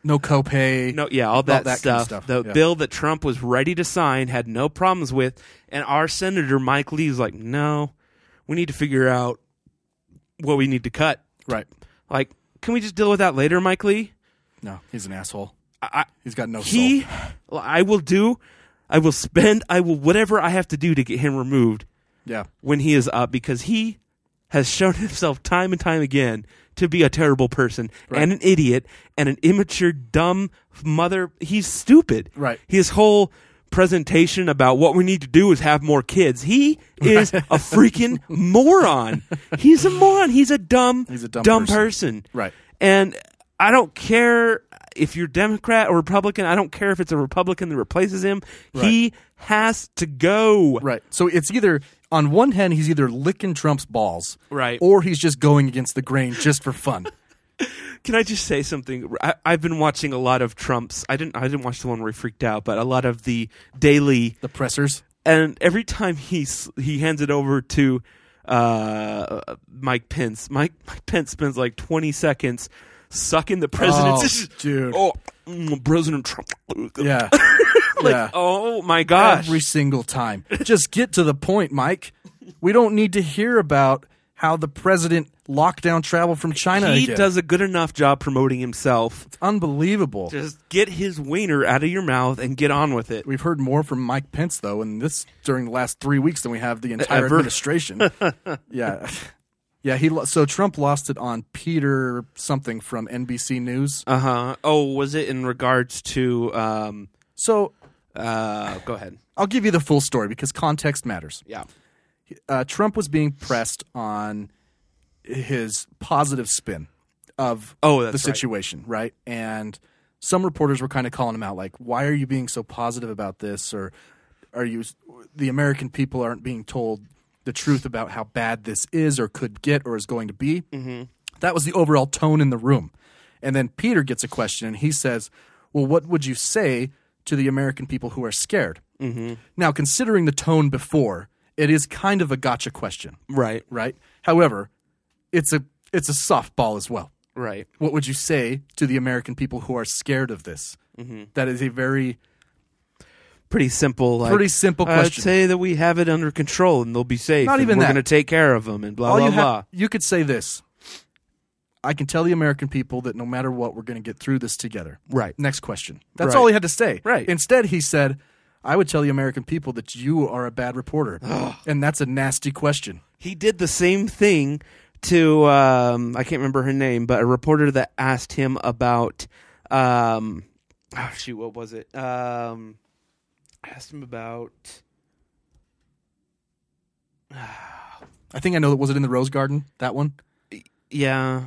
No copay. no, yeah, all that that, kind of stuff. stuff, The yeah. bill that Trump was ready to sign had no problems with, and our senator Mike Lee's like, no, we need to figure out what we need to cut. Right. Like, can we just deal with that later, Mike Lee? No. He's an asshole. I, He's got no. he soul. i will do i will spend i will whatever i have to do to get him removed Yeah. when he is up because he has shown himself time and time again to be a terrible person and an idiot and an immature dumb mother he's stupid Right. his whole presentation about what we need to do is have more kids he is a freaking moron he's a moron he's a dumb He's a dumb person. person. Right. And I don't care if you're Democrat or Republican. I don't care if it's a Republican that replaces him. He has to go. Right. So it's either on one hand he's either licking Trump's balls, Right. or he's just going against the grain just for fun. Can I just say something? I, I've been watching a lot of Trump's. I didn't. I didn't watch the one where he freaked out, but a lot of the daily. the pressers. And every time he s- he hands it over to uh, Mike Pence, Mike Mike Pence spends like twenty seconds sucking the Oh, president's. dude. Oh, mm, President Trump. Yeah. yeah. Oh my gosh. every single time. Just get to the point, Mike. We don't need to hear about how the president locked down travel from China. he again. does a good enough job promoting himself. unbelievable. Just get his wiener out of your mouth and get on with it. We've heard more from Mike Pence though, and this during the last three weeks than we have the entire Ever. administration. yeah, yeah. He lo- so Trump lost it on Peter something from NBC News. Uh huh. Oh, was it in regards to? Um, So uh, go ahead. I'll give you the full story because context matters. Yeah. uh, Trump was being pressed on his positive spin of Oh, the that's right. situation, right. And some reporters were kind of calling him out, like, "Why are you being so positive about this?" Or, "Are you the American people aren't being told the truth about how bad this is, or could get, or is going to be?" Mm-hmm. That was the overall tone in the room. And then Peter gets a question, and he says, "Well, what would you say to the American people who are scared?" Mm-hmm. Now, considering the tone before, it is kind of a gotcha question, Right. right? However, it's a it's a softball as well. Right. What would you say to the American people who are scared of this? That is a very Pretty simple. Like, Pretty simple question. I'd say that we have it under control and they'll be safe. Not and even We're that. going to take care of them and blah blah you blah. have- you could say this. I can tell the American people that no matter what, we're going to get through this together. Right. Next question. That's Right. all he had to say. Right. Instead, he said, "I would tell the American people that you are a bad reporter, and that's a nasty question." He did the same thing to um, I can't remember her name, but a reporter that asked him about um, oh shoot, what was it? Um, asked him about I think I know that was it in the Rose Garden that one. Yeah.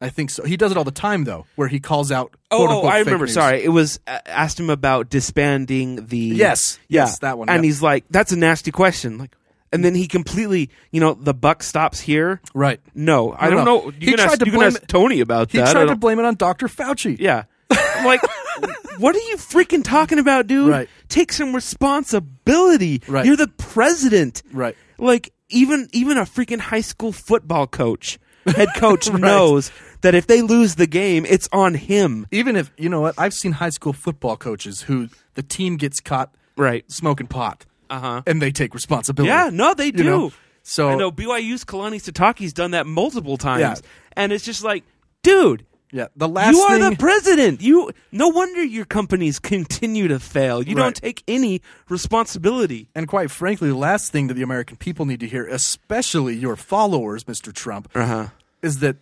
I think so. He does it all the time though, where he calls out. Oh, quote, oh, unquote, I fake remember. news. Sorry, it was uh, asked him about disbanding the. Yes, yeah, yes, that one, And yep. he's like, "That's a nasty question." Like, and then he completely, you know, the buck stops here. Right. No, I No, no. don't know. You He can, tried ask, to you can blame- ask Tony about He that. I tried to don't- blame it on Dr. Fauci. yeah. I'm like, what are you freaking talking about, dude? Right. Take some responsibility. Right. You're the president. Right. Like even even a freaking high school football coach, head coach knows that if they lose the game, it's on him. Even if you know what, I've seen high school football coaches who the team gets caught Right. smoking pot, Uh-huh. and they take responsibility. Yeah, no, they do. You know? So I know BYU's Kalani Sataki's done that multiple times, Yeah. and it's just like, dude, yeah, the last you are thing, the president. You no wonder your companies continue to fail. You don't Right. take any responsibility. and quite frankly, the last thing that the American people need to hear, especially your followers, Mr. Trump, huh. is that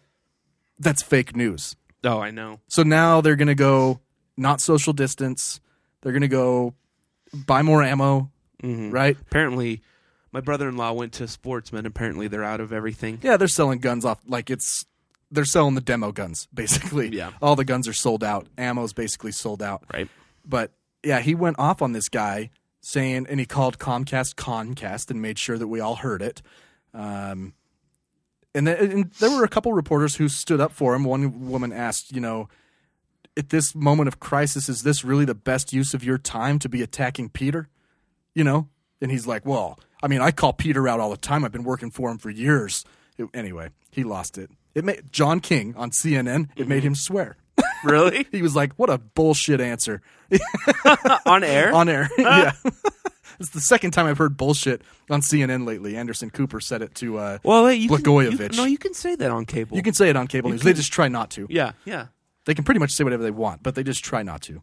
that's fake news. Oh, I know. So now they're going to go not social distance. They're going to go buy more ammo, Mm-hmm. right? Apparently, my brother-in-law went to Sportsman. Apparently, they're out of everything. Yeah, they're selling guns off like it's they're selling the demo guns basically. Yeah. all the guns are sold out. Ammo's basically sold out. Right. But yeah, he went off on this guy saying, and he called Comcast Concast and made sure that we all heard it. Um, and, then, and there were a couple reporters who stood up for him. One woman asked, you know, at this moment of crisis, is this really the best use of your time to be attacking Peter? You know? And he's like, well, I mean, I call Peter out all the time. I've been working for him for years. It- anyway, he lost it. It made John King on CNN. It made him swear. Really? He was like, "What a bullshit answer." On air? Ah. on air. yeah. It's the second time I've heard bullshit on CNN lately. Anderson Cooper said it to uh, well, hey, you can- Blagojevich. you- no, you can say that on cable. you can say it on cable news. They just try not to. Yeah. Yeah. They can pretty much say whatever they want, but they just try not to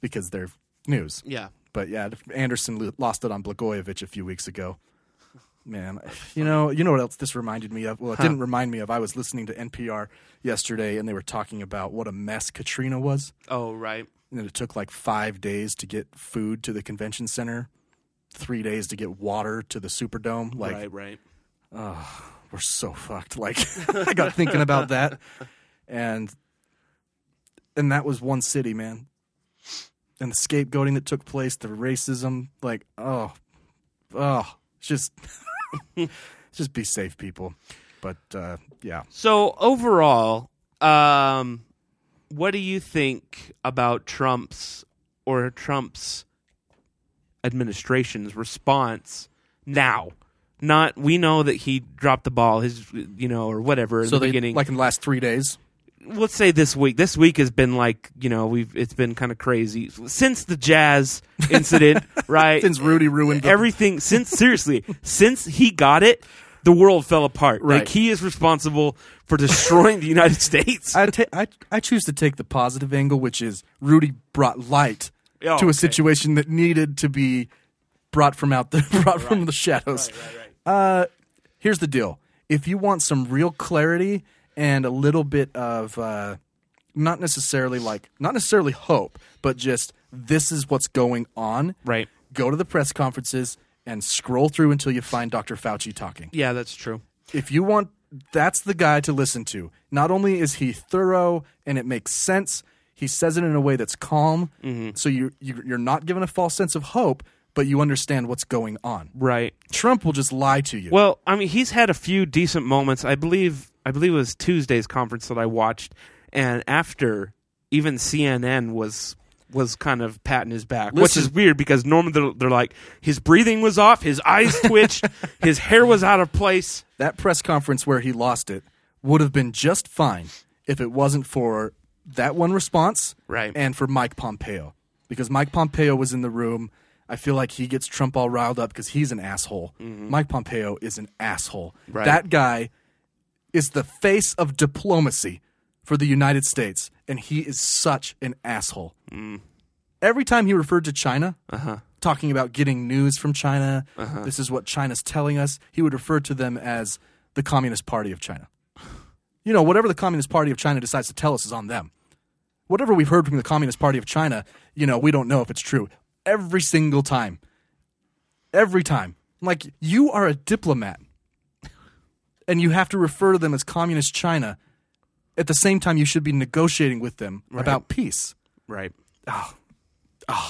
because they're news. Yeah. But yeah, Anderson lo- lost it on Blagojevich a few weeks ago. Man, you know, you know what else this reminded me of? Well, it didn't remind me of. I was listening to NPR yesterday, and they were talking about what a mess Katrina was. Oh, right. and then it took like five days to get food to the convention center, three days to get water to the Superdome. Like right. Right. we're so fucked. Like I got thinking about that, and and that was one city, man. And the scapegoating that took place, the racism, like oh, oh, it's just just be safe, people. But uh, yeah, So overall, um, what do you think about Trump's or Trump's administration's response now? Not we know that he dropped the ball, his you know, or whatever in so they the beginning. like in the last three days, let's say this week. This week has been like you know we've it's been kind of crazy since the Jazz incident, right? since Rudy ruined the, everything since seriously since he got it the world fell apart like Right. he is responsible for destroying the united states I, ta- I I choose to take the positive angle, which is Rudy brought light Oh, to okay. a situation that needed to be brought from out the brought from the shadows. Uh, here's the deal: if you want some real clarity and a little bit of uh, not necessarily like not necessarily hope, but just this is what's going on. Right. Go to the press conferences and scroll through until you find Dr. Fauci talking yeah that's true if you want that's the guy to listen to not only is he thorough and it makes sense he says it in a way that's calm so you, you you're not given a false sense of hope but you understand what's going on right trump will just lie to you well i mean he's had a few decent moments i believe i believe it was tuesday's conference that i watched and after even cnn was was kind of patting his back, which Listen- is weird because normally they're, they're like his breathing was off, his eyes twitched, his hair was out of place. that press conference where he lost it would have been just fine if it wasn't for that one response Right. and for Mike Pompeo because Mike Pompeo was in the room. I feel like he gets Trump all riled up because he's an asshole. Mike Pompeo is an asshole. Mm-hmm. Right. That guy is the face of diplomacy for the United States, and he is such an asshole. Mm. Every time he referred to China, Uh-huh. talking about getting news from China. This is what China's telling us. He would refer to them as the Communist Party of China. You know, whatever the Communist Party of China decides to tell us is on them. Whatever we've heard from the Communist Party of China, you know, we don't know if it's true. Every single time. Every time. I'm like, you are a diplomat, and you have to refer to them as communist China. At the same time, you should be negotiating with them about peace. Ah, Right.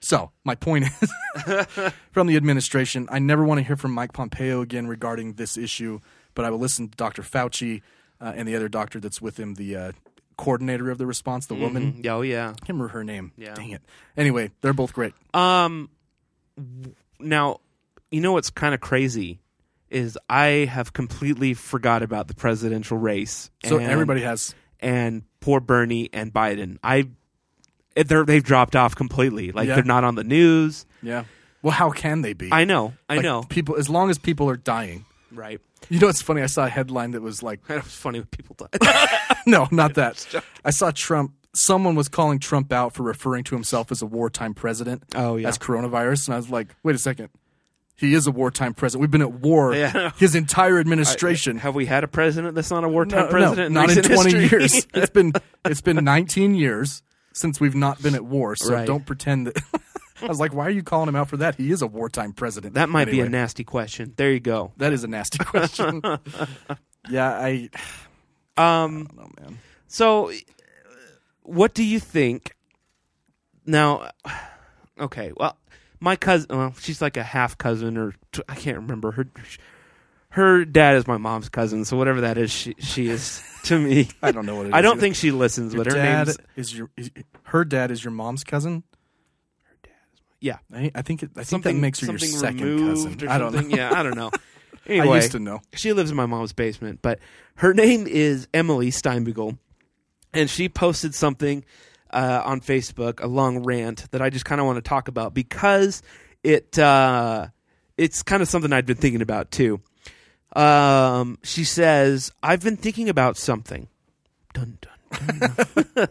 So my point is, from the administration, I never want to hear from Mike Pompeo again regarding this issue. But I will listen to Dr. Fauci uh, and the other doctor that's with him, the uh, coordinator of the response, the woman. Yeah, Oh yeah. Him or her name? Yeah. Dang it. Anyway, they're both great. Um, w- now, you know what's kind of crazy is I have completely forgot about the presidential race. So and- everybody has. and poor Bernie and Biden. I it- they're they've dropped off completely. Like Yeah. they're not on the news. Yeah. Well, how can they be? I know. I Like, know. People, as long as people are dying. Right. You know, it's funny. I saw a headline that was like, That was funny when people die. no, not that. I saw Trump. Someone was calling Trump out for referring to himself as a wartime president. Oh, yeah. as coronavirus, and I was like, wait a second, he is a wartime president. We've been at war Yeah. his entire administration. Have we had a president that's not a wartime No, no, president? not in recent twenty history? years. It's been it's been nineteen years since we've not been at war. So Right. don't pretend that. I was like, why are you calling him out for that? He is a wartime president. that might be a Anyway. nasty question. There you go. That is a nasty question. yeah, I. Um, Oh man. so, uh, what do you think? Now, okay. Well, my cousin. Well, she's like a half cousin, or t- I can't remember her. Her dad is my mom's cousin, so whatever that is, she she is to me. I don't know what it is. I don't either. think she listens, Your but her dad name's is your is, her dad is your mom's cousin. yeah. I, I think it, I think that Something makes her your something second removed cousin. or I don't something. know. Yeah, I don't know. Anyway, I used to know. she lives in my mom's basement, but her name is Emily Steinbugel, and she posted something uh, on Facebook, a long rant that I just kind of want to talk about because it uh, it's kind of something I've been thinking about too. Um, she says, "I've been thinking about something." Dun dun.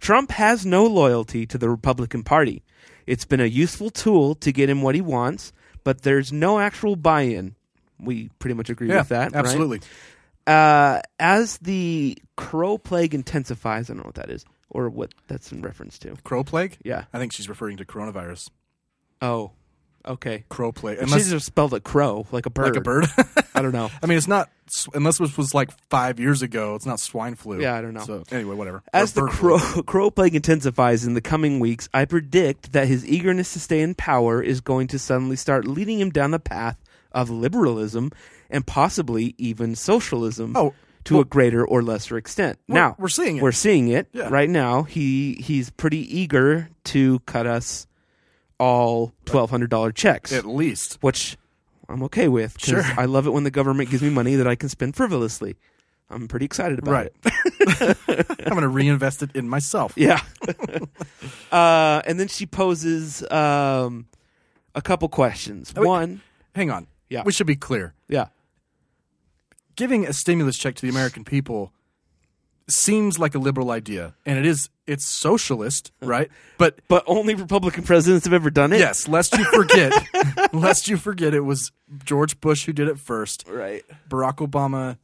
Trump has no loyalty to the Republican Party. It's been a useful tool to get him what he wants, but there's no actual buy in. We pretty much agree Yeah, with that. right? absolutely. Uh, as the crow plague intensifies, I don't know what that is or what that's in reference to. Crow plague? Yeah. I think she's referring to coronavirus. Oh, okay. Crow plague. She Unless just spelled it crow, like a bird. like a bird. I don't know. I mean, it's not s- unless this was like five years ago. It's not swine flu. Yeah, I don't know. So anyway, whatever. As Or the bird flu. crow, crow plague intensifies in the coming weeks, I predict that his eagerness to stay in power is going to suddenly start leading him down the path of liberalism and possibly even socialism Oh, to a greater or lesser extent. We're- now, we're seeing it. We're seeing it Yeah. right now. He he's pretty eager to cut us all $1200 checks, at least. which I'm okay with 'cause Sure. I love it when the government gives me money that I can spend frivolously. I'm pretty excited about Right. it. I'm going to reinvest it in myself. Yeah. uh, and then she poses um, a couple questions. wait. One, Hang on. Yeah. We should be clear. yeah, Giving a stimulus check to the American people seems like a liberal idea, and it is. It's socialist, right? But but only Republican presidents have ever done it. yes, lest you forget, lest you forget, it was George Bush who did it first. right. Barack Obama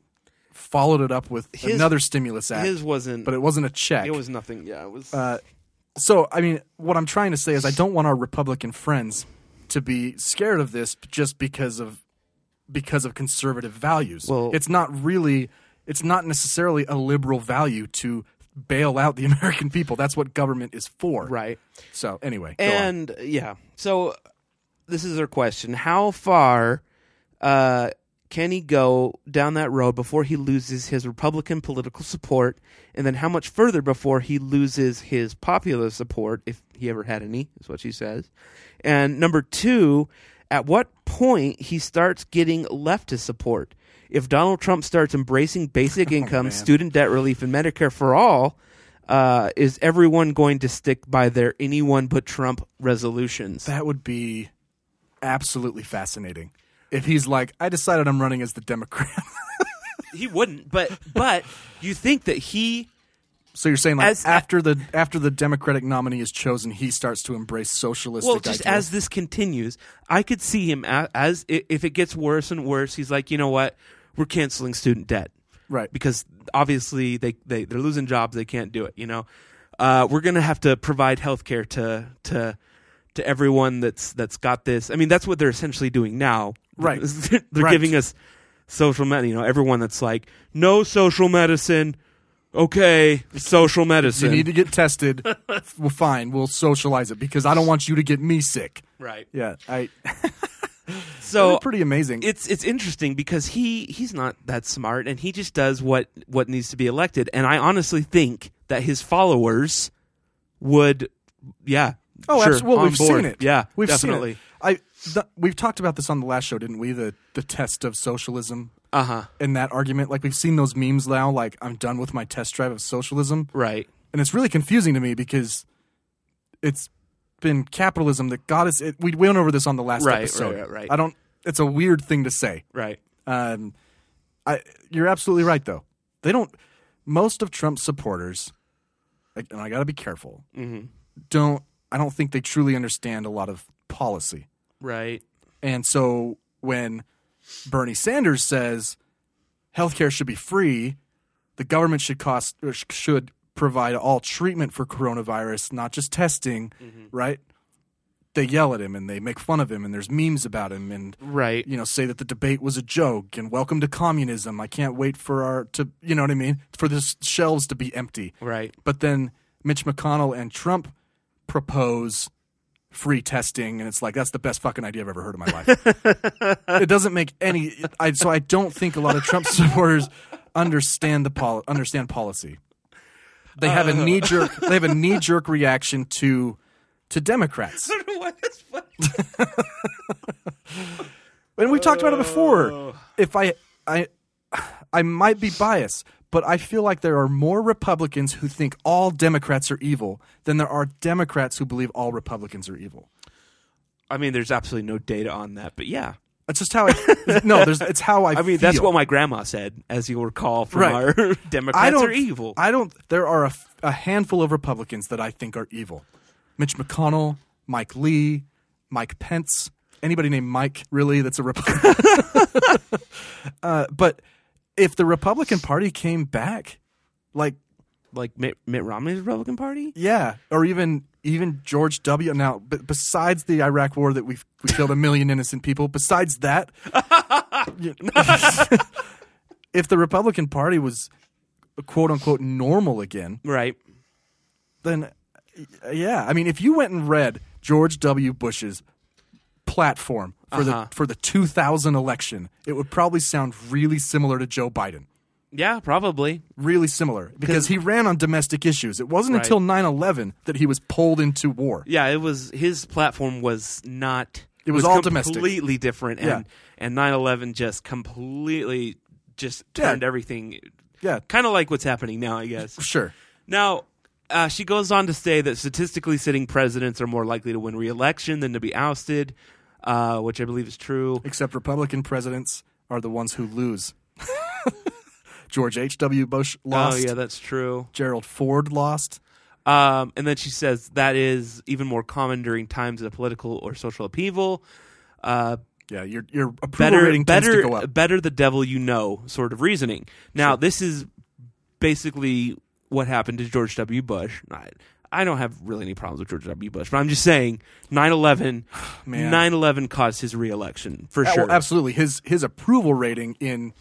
followed it up with His- another stimulus act, His wasn't, Uh, but it Uh, wasn't a check. it was nothing. Yeah, it was. so, I mean, what I'm trying to say is I don't want our Republican friends to be scared of this just because of because of conservative values. Well- it's not really it's not necessarily a liberal value to bail out the American people. That's what government is for. right. So, anyway, go on. And yeah, so this is her question: How far uh, can he go down that road before he loses his Republican political support, and then how much further before he loses his popular support, if he ever had any? Is what she says. And number two, at what point he starts getting leftist support? If Donald Trump starts embracing basic income, student debt relief, and Medicare for all, uh, is everyone going to stick by their anyone but Trump resolutions? That would be absolutely fascinating. If he's like, I decided I'm running as the Democrat. He wouldn't, but but you think that he so you're saying like As- after the after the Democratic nominee is chosen, he starts to embrace socialistic well just ideas. as this continues, I could see him as, as i- if it gets worse and worse, he's like, you know what, we're canceling student debt, Right. Because obviously they they they're losing jobs, they can't do it. You know, uh, we're gonna have to provide health care to to. To to everyone that's that's got this. I mean, that's what they're essentially doing now. Right. they're Right. giving us social med. You know, everyone that's like, no social medicine. Okay, social You medicine. need to get tested. well, fine. We'll socialize it because I don't want you to get me sick. right. Yeah, I. So pretty amazing. it's it's interesting because he he's not that smart and he just does what what needs to be elected and i honestly think that his followers would yeah oh, sure, abso- well, on we've board. seen it. yeah we've definitely seen it. I. th- we've talked about this on the last show, didn't we? The the test of socialism uh-huh and that argument. Like we've seen those memes now. Like I'm done with my test drive of socialism, right and it's really confusing to me because it's been capitalism that got us. It, we went over this on the last Right, right, episode. right, right. I don't. It's a weird thing to say. right Um, I, you're absolutely right, though. They don't. Most of Trump's supporters, like, and I got to be careful. Don't I don't think they truly understand a lot of policy. right And so when Bernie Sanders says healthcare should be free, the government should cost or sh- should provide all treatment for coronavirus, not just testing, right? They yell at him and they make fun of him and there's memes about him and right you know say that the debate was a joke and welcome to communism. I can't wait for our to you know what I mean for the s- shelves to be empty. right But then Mitch McConnell and Trump propose free testing, and it's like that's the best fucking idea I've ever heard in my life. it doesn't make any. I, so I don't think a lot of Trump supporters understand the pol- understand policy. They have a knee jerk. They have a knee jerk reaction to to Democrats. And we talked about it Oh. before. If I I I might be biased, but I feel like there are more Republicans who think all Democrats are evil than there are Democrats who believe all Republicans are evil. i mean there's absolutely no data on that but yeah That's just how I No, there's it's how I i mean that's feel. what my grandma said as you'll recall from Right. our democrats I don't, are evil I don't there are a, f- a handful of Republicans that I think are evil. Mitch McConnell, Mike Lee, Mike Pence, anybody named Mike really that's a Republican. uh, but if the Republican Party came back, like like mitt, mitt romney's republican party Yeah, or even even George W. Now, b- besides the Iraq War that we've we killed a million innocent people, besides that, you- if the Republican Party was quote unquote normal again, right then uh, yeah, I mean, if you went and read George W. Bush's platform for Uh-huh. the for the 2000 election, it would probably sound really similar to Joe Biden yeah probably really similar because he ran on domestic issues. It wasn't Right. until 9/11 that he was pulled into war. Yeah, it was his platform was not. It was all domestic. completely different, and and nine eleven just completely just Yeah. turned everything. Yeah. kind of like what's happening now, I guess. Sure. Now, uh, she goes on to say that statistically, sitting presidents are more likely to win re-election than to be ousted, uh, which I believe is true. Except Republican presidents are the ones who lose. George H.W. Bush lost. Oh yeah, that's true. Gerald Ford lost. Um, and then she says that is even more common during times of political or social appeval. Uh, Yeah, your your approval better rating tends to go better up. better the devil you know sort of reasoning. Now this is basically what happened to George W. Bush. I, I don't have really any problems with George W. Bush, but I'm just saying 9/11 Man. 9/11 caused his reelection for Uh, sure. well, absolutely. His his approval rating in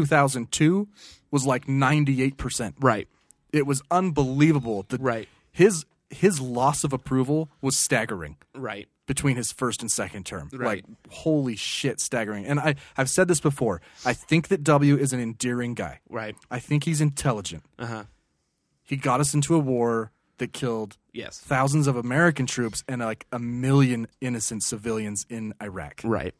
2002 was like 98 percent. Right. It was unbelievable. The, Right. His his loss of approval was staggering. Right. between his first and second term. Right. Like holy shit, staggering. And I I've said this before. I think that W is an endearing guy. Right. I think he's intelligent. Uh-huh. He got us into a war that killed Yes. thousands of American troops and like a million innocent civilians in Iraq Right.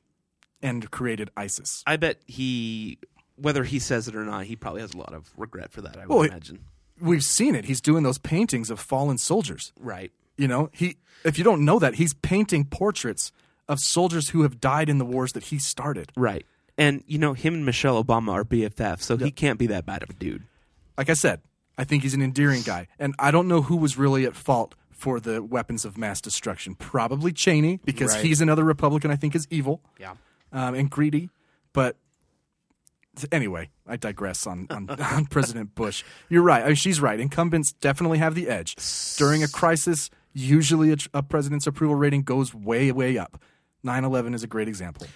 and created ISIS. I bet he whether he says it or not, he probably has a lot of regret for that, I would Well, he- imagine. We've seen it. He's doing those paintings of fallen soldiers. Right. You know, he if you don't know that, he's painting portraits of soldiers who have died in the wars that he started. Right. And you know, him and Michelle Obama are BFF, so he can't be that bad of a dude. like I said, I think he's an endearing guy, and I don't know who was really at fault for the weapons of mass destruction. Probably Cheney because Right. he's another Republican I think is evil Yeah. um, and greedy. But th- anyway, I digress on, on, on President Bush. You're right. I mean, she's right. Incumbents definitely have the edge during a crisis. usually a, tr- a president's approval rating goes way, way up. 9 11 is a great example.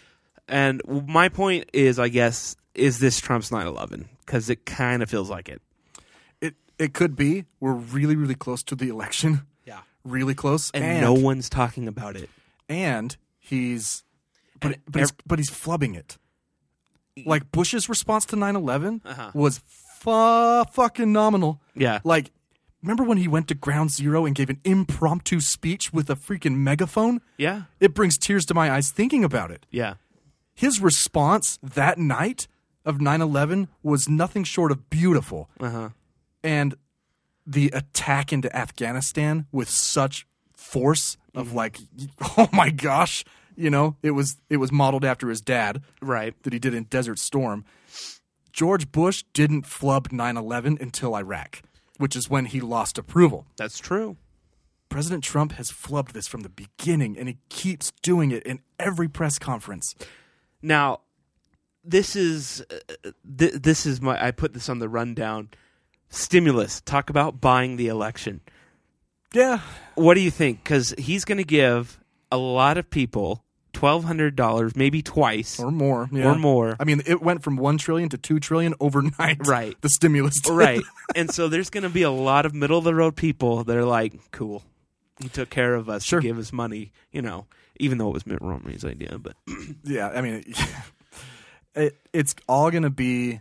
And my point is, I guess, is this Trump's 9/11? Because it kind of feels like it. It, it could be. We're really, really close to the election. Yeah. Really close. and, no one's talking about it. and he's but, And but, he's, but he's flubbing it like bush's response to 9-11 was fu- fucking nominal Uh-huh. Yeah. like remember when he went to ground zero and gave an impromptu speech with a freaking megaphone Yeah, it brings tears to my eyes thinking about it yeah, his response that night of 9-11 was nothing short of beautiful and the attack into afghanistan with such force of like oh my gosh you know it was it was modeled after his dad right. that he did in desert storm george bush didn't flub 9-11 until iraq which is when he lost approval That's true. president trump has flubbed this from the beginning and he keeps doing it in every press conference Now, this is uh, th- this is my. I put this on the rundown. Stimulus. Talk about buying the election. yeah What do you think? Because he's going to give a lot of people twelve hundred dollars, maybe twice. or more yeah. Or more. i mean it went from 1 trillion to 2 trillion overnight Right. the stimulus did. right. and so there's going to be a lot of middle of the road people that are like, cool. He took care of us. Sure. He gave us money. You know, even though it was Mitt Romney's idea, but yeah i mean it, it, it's all gonna be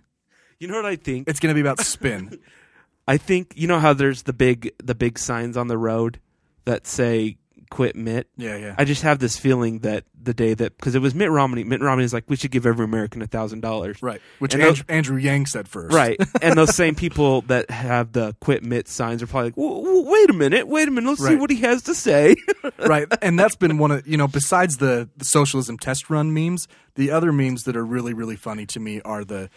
you know what I think. it's gonna be about spin I think you know how there's the big the big signs on the road that say "Quit Mitt." yeah yeah I just have this feeling that the day that because it was Mitt Romney, Mitt Romney is like, we should give every American a thousand dollars, right which And Andrew, those- andrew yang said first Right, and those same people that have the "Quit Mitt" signs are probably like, "W- w- wait a minute, wait a minute, let's see Right. what he has to say. right and that's been one of you know besides the, the socialism test run memes the other memes that are really really funny to me are the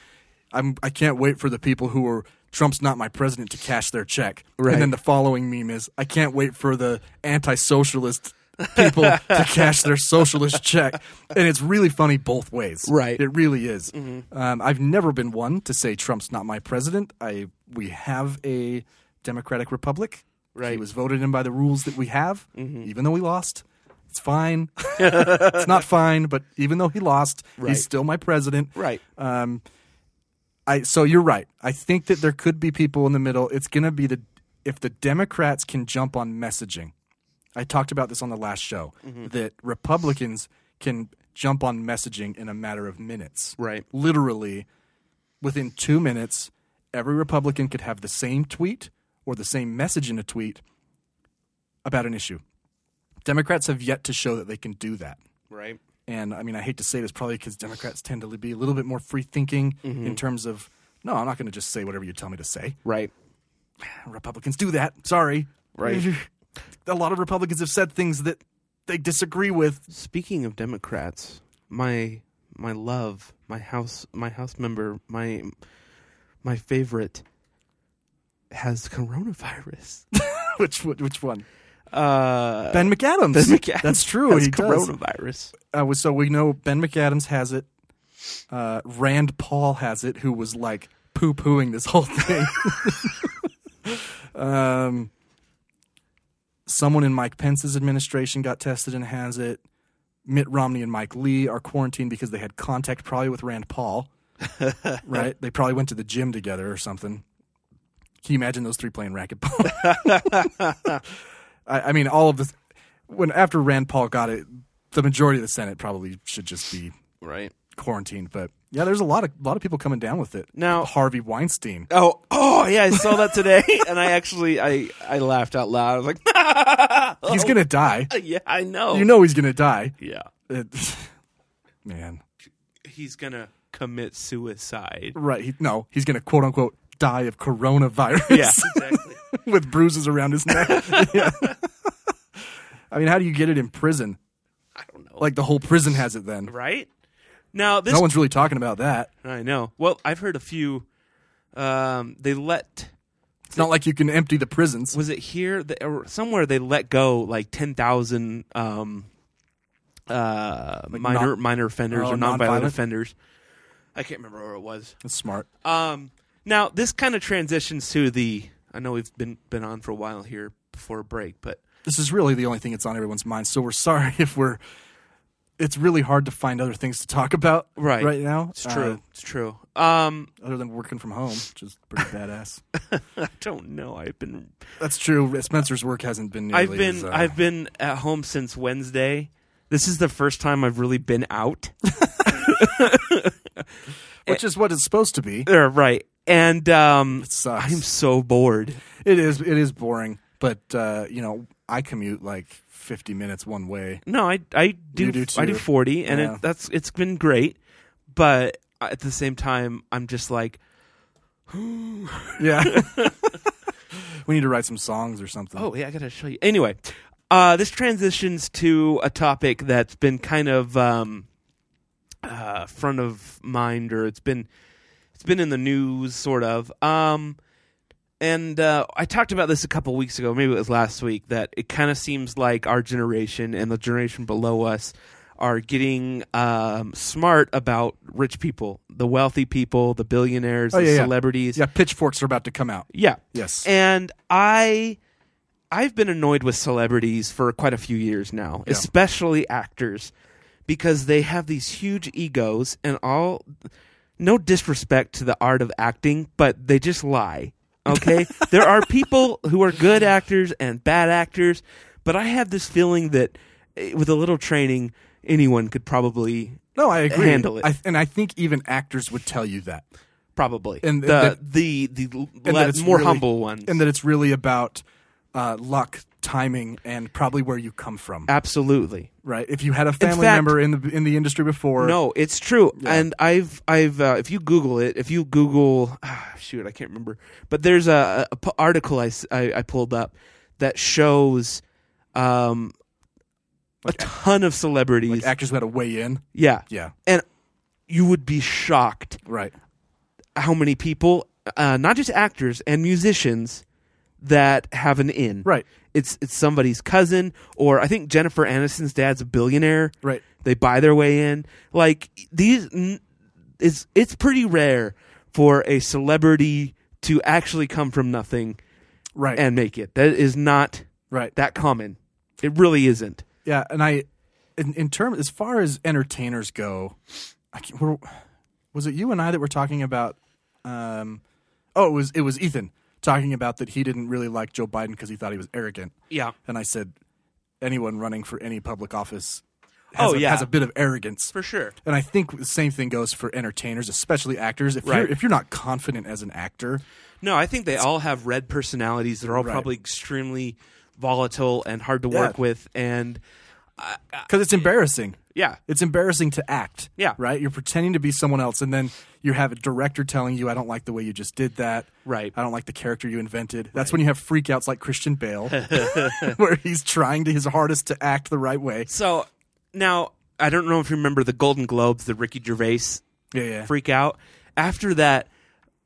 i'm i can't wait for the people who are trump's not my president to cash their check Right. and then the following meme is i can't wait for the anti-socialist people to cash their socialist check and it's really funny both ways Right. it really is Mm-hmm. um, i've never been one to say trump's not my president i we have a democratic republic he Right. Mm-hmm. was voted in by the rules that we have, even though he lost. It's fine. it's not fine, but even though he lost, Right. he's still my president. Right. Um, I so you're right. I think that there could be people in the middle. It's going to be the if the Democrats can jump on messaging. I talked about this on the last show Mm-hmm. that Republicans can jump on messaging in a matter of minutes. Right. Literally within 2 minutes every Republican could have the same tweet or the same message in a tweet about an issue. Democrats have yet to show that they can do that right. and I mean, I hate to say this probably because Democrats tend to be a little bit more free thinking Mm-hmm. in terms of, no, I'm not going to just say whatever you tell me to say. Right. Republicans do that. Sorry. Right. a lot of Republicans have said things that they disagree with. Speaking of Democrats, my my love, my house my house member, my my favorite has coronavirus. Which one- which one? Uh Ben McAdams. Ben McAdams That's true. has he does. coronavirus. Uh, well, so we know Ben McAdams has it. Uh, Rand Paul has it, who was like poo pooing this whole thing. um, someone in Mike Pence's administration got tested and has it. Mitt Romney and Mike Lee are quarantined because they had contact probably with Rand Paul. right? They probably went to the gym together or something. Can you imagine those three playing racquetball? I, I mean, all of this. When after Rand Paul got it, the majority of the Senate probably should just be Right. quarantined. But yeah, there's a lot of a lot of people coming down with it. Now- Harvey Weinstein. Oh, oh yeah, I saw that today and I actually I I laughed out loud. I was like, "Ah, uh, oh. He's gonna die. yeah, I know. You know he's gonna die. Yeah. It- man, He's going to commit suicide. right? He, no, he's gonna quote unquote die of coronavirus. Yeah, exactly. with bruises around his neck. Yeah. I mean, how do you get it in prison? I don't know. Like the whole prison has it then. right? Now this No one's really talking about that. I know. Well, I've heard a few. Um, they let It's not like you can empty the prisons. was it here that, or somewhere they let go like ten thousand um, uh, minor non- minor offenders Oh, or nonviolent nonviolent? offenders. I can't remember where it was. That's smart. Um, now this kind of transitions to the. I know we've been been on for a while here before a break, but this is really the only thing that's on everyone's mind. So we're sorry if we're. It's really hard to find other things to talk about Right. right now. It's true. Uh, it's true. Um, uh, other than working from home, which is pretty badass. I don't know. I've been That's true. Spencer's work hasn't been. Nearly I've been As, uh, I've been at home since Wednesday. This is the first time I've really been out. which is what it's supposed to be. Uh, right. And um, It sucks. I'm so bored. It is. It is boring. But uh, you know, I commute like fifty minutes one way. No, I I do, You do I do too. 40 and Yeah. it, that's it's been great, but at the same time I'm just like Yeah. we need to write some songs or something. Oh yeah, I gotta show you. Anyway, uh, this transitions to a topic that's been kind of um, uh, front of mind, or it's been it's been in the news, sort of. Um, and uh, I talked about this a couple weeks ago, maybe it was last week, that it kind of seems like our generation and the generation below us are getting um, smart about rich people, the wealthy people, the billionaires, Oh, the yeah, yeah. celebrities. yeah. Pitchforks are about to come out. Yeah. Yes. And I I've been annoyed with celebrities for quite a few years now, especially actors because they have these huge egos and all no disrespect to the art of acting, but they just lie. Okay? there are people who are good actors and bad actors, but I have this feeling that eh, with a little training anyone could probably no, I agree. handle it. I, and I think even actors would tell you that. probably And the that- the the, And le- that it's more really- humble ones And that it's really about uh, luck, timing, and probably where you come from. absolutely Right. If you had a family fact- member in the in the industry before. No, it's true. And I've I've uh, if you Google it, if you Google ah, shoot, I can't remember, but there's a, a p- article I, s- I- I pulled up that shows um a ton of celebrities. Like actors who had to weigh in. yeah, Yeah. and you would be shocked Right. how many people, uh, not just actors and musicians, that have an in. Right. It's it's somebody's cousin, or I think Jennifer Aniston's dad's a billionaire. Right. They buy their way in. Like these, n- it's it's pretty rare for a celebrity to actually come from nothing Right. and make it. That is not right. that common. It really isn't. Yeah, and I, in, in terms as far as entertainers go, I can't, were, was it you and I that were talking about? Um, oh, it was it was Ethan talking about that he didn't really like Joe Biden because he thought he was arrogant, Yeah. and I said anyone running for any public office has, Oh, a, yeah. has a bit of arrogance For sure. And I think the same thing goes for entertainers, especially actors. If Right. you're if you're not confident as an actor, No, I think they all have red personalities. They're all Right. probably extremely volatile and hard to Yeah. work with. And because it's embarrassing. yeah, It's embarrassing to act. Uh, Yeah. Right? You're pretending to be someone else, and then you have a director telling you, I don't like the way you just did that. Right. I don't like the character you invented. That's when you have freakouts like Christian Bale, where he's trying to his hardest to act the right way. So now I don't know if you remember the Golden Globes, the Ricky Gervais Yeah, yeah. freak out. After that,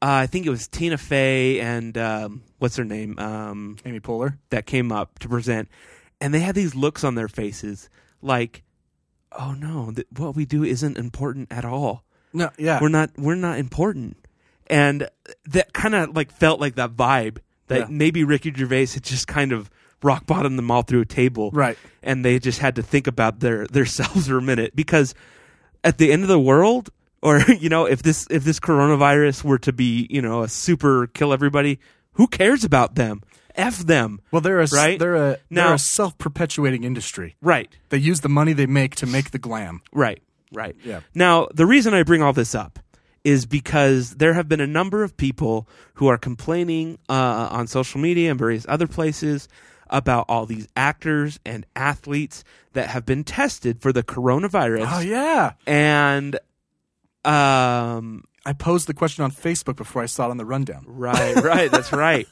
uh, I think it was Tina Fey and um, what's her name um, Amy Poehler. that came up to present, and they had these looks on their faces like, "Oh no, th- what we do isn't important at all. No, yeah. We're not we're not important." And that kind of like felt like that vibe that Yeah. maybe Ricky Gervais had just kind of rock bottomed them all through a table, Right. and they just had to think about their their selves for a minute because at the end of the world or you know if this if this coronavirus were to be you know a super kill everybody who cares about them f them well, they're a, Right? they're a, Now- they're a self perpetuating industry. right They use the money they make to make the glam. right right Yeah. now the reason i bring all this up is because there have been a number of people who are complaining uh, on social media and various other places about all these actors and athletes that have been tested for the coronavirus Oh, yeah. and um I posed the question on Facebook before I saw it on the rundown. right right that's right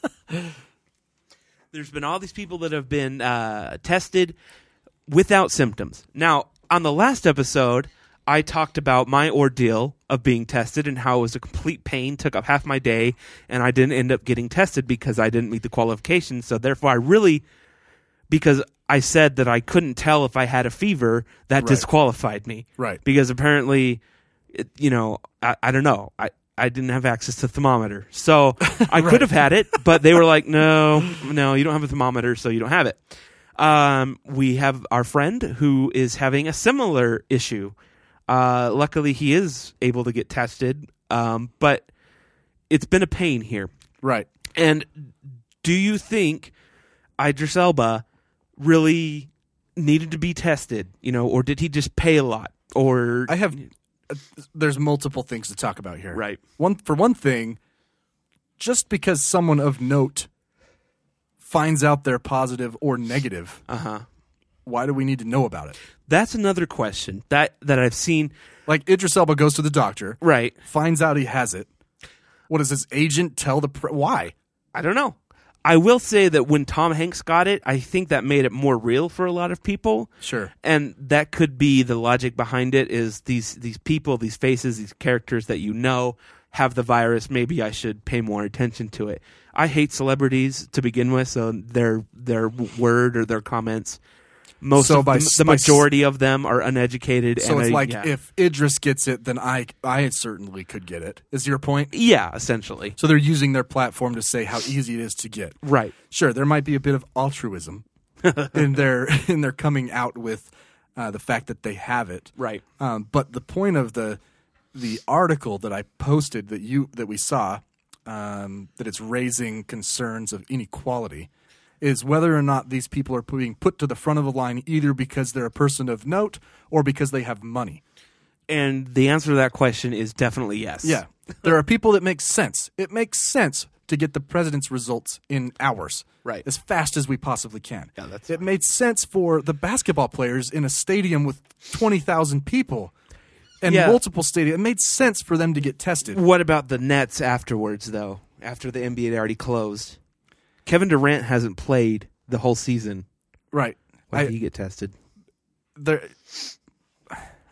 there's been all these people that have been uh, tested without symptoms now on the last episode i talked about my ordeal of being tested and how it was a complete pain took up half my day and i didn't end up getting tested because i didn't meet the qualifications so therefore i really because I said that I couldn't tell if I had a fever, that disqualified me. Right. Because apparently, it, you know, I, I don't know. I, I didn't have access to thermometer. So I could have had it, but they were like, no, no, you don't have a thermometer, so you don't have it. Um, we have our friend who is having a similar issue. Uh, luckily, he is able to get tested, um, but it's been a pain here. Right. And do you think Idris Elba really needed to be tested? You know, or did he just pay a lot? Or I have. uh, There's multiple things to talk about here. Right. One for one thing, just because someone of note finds out they're positive or negative, uh huh. why do we need to know about it? That's another question that that I've seen. Like Idris Elba goes to the doctor, Right. finds out he has it. What does his agent tell the pre- why? I don't know. I will say that when Tom Hanks got it, I think that made it more real for a lot of people. Sure. And that could be the logic behind it is these these people, these faces, these characters that you know have the virus, maybe I should pay more attention to it. I hate celebrities to begin with, so their their word or their comments most So of by the, s- the by s- majority of them are uneducated So and it's I- like yeah. if Idris gets it, then I I certainly could get it. Is your point? yeah, essentially. So they're using their platform to say how easy it is to get. Right. Sure, there might be a bit of altruism in their in their coming out with uh, the fact that they have it. Right. Um, but the point of the the article that I posted that you that we saw um, that it's raising concerns of inequality is whether or not these people are being put to the front of the line either because they're a person of note or because they have money. And the answer to that question is definitely yes. Yeah. there are people that make sense. It makes sense to get the president's results in hours. Right. As fast as we possibly can. Yeah, that's it made sense for the basketball players in a stadium with 20,000 people and Yeah. multiple stadiums. It made sense for them to get tested. What about the Nets afterwards, though? After the NBA had already closed, Kevin Durant hasn't played the whole season. Right. Why did I- he get tested? there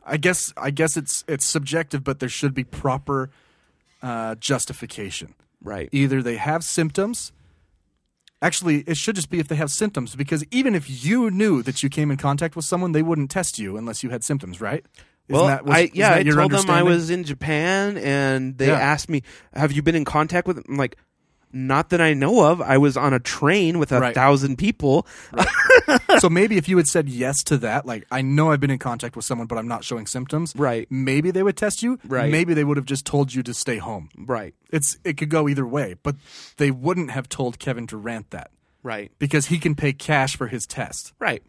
I guess I guess it's it's subjective but there should be proper uh, justification. Right. Either they have symptoms Actually, it should just be if they have symptoms because even if you knew that you came in contact with someone, they wouldn't test you unless you had symptoms, right? Isn't well, that- was- I isn't yeah, that I your told them I understanding? was in Japan, and they Yeah. asked me, "Have you been in contact with?" I'm like, "Not that I know of. I was on a train with a Right. thousand people." so maybe if you had said yes to that, like I know I've been in contact with someone, but I'm not showing symptoms. Right. Maybe they would test you. Right. Maybe they would have just told you to stay home. Right. It's it could go either way, but they wouldn't have told Kevin Durant that Right. because he can pay cash for his test. Right.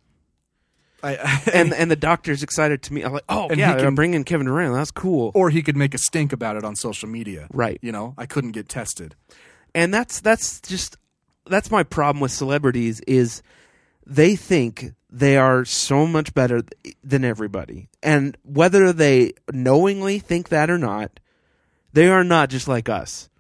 I, And and the doctor's excited to meet. I'm like, "Oh And yeah, he they're can- bringing Kevin Durant. That's cool." or he could make a stink about it on social media. Right. You know, I couldn't get tested. and that's that's just that's my problem with celebrities is they think they are so much better th- than everybody and whether they knowingly think that or not they are not just like us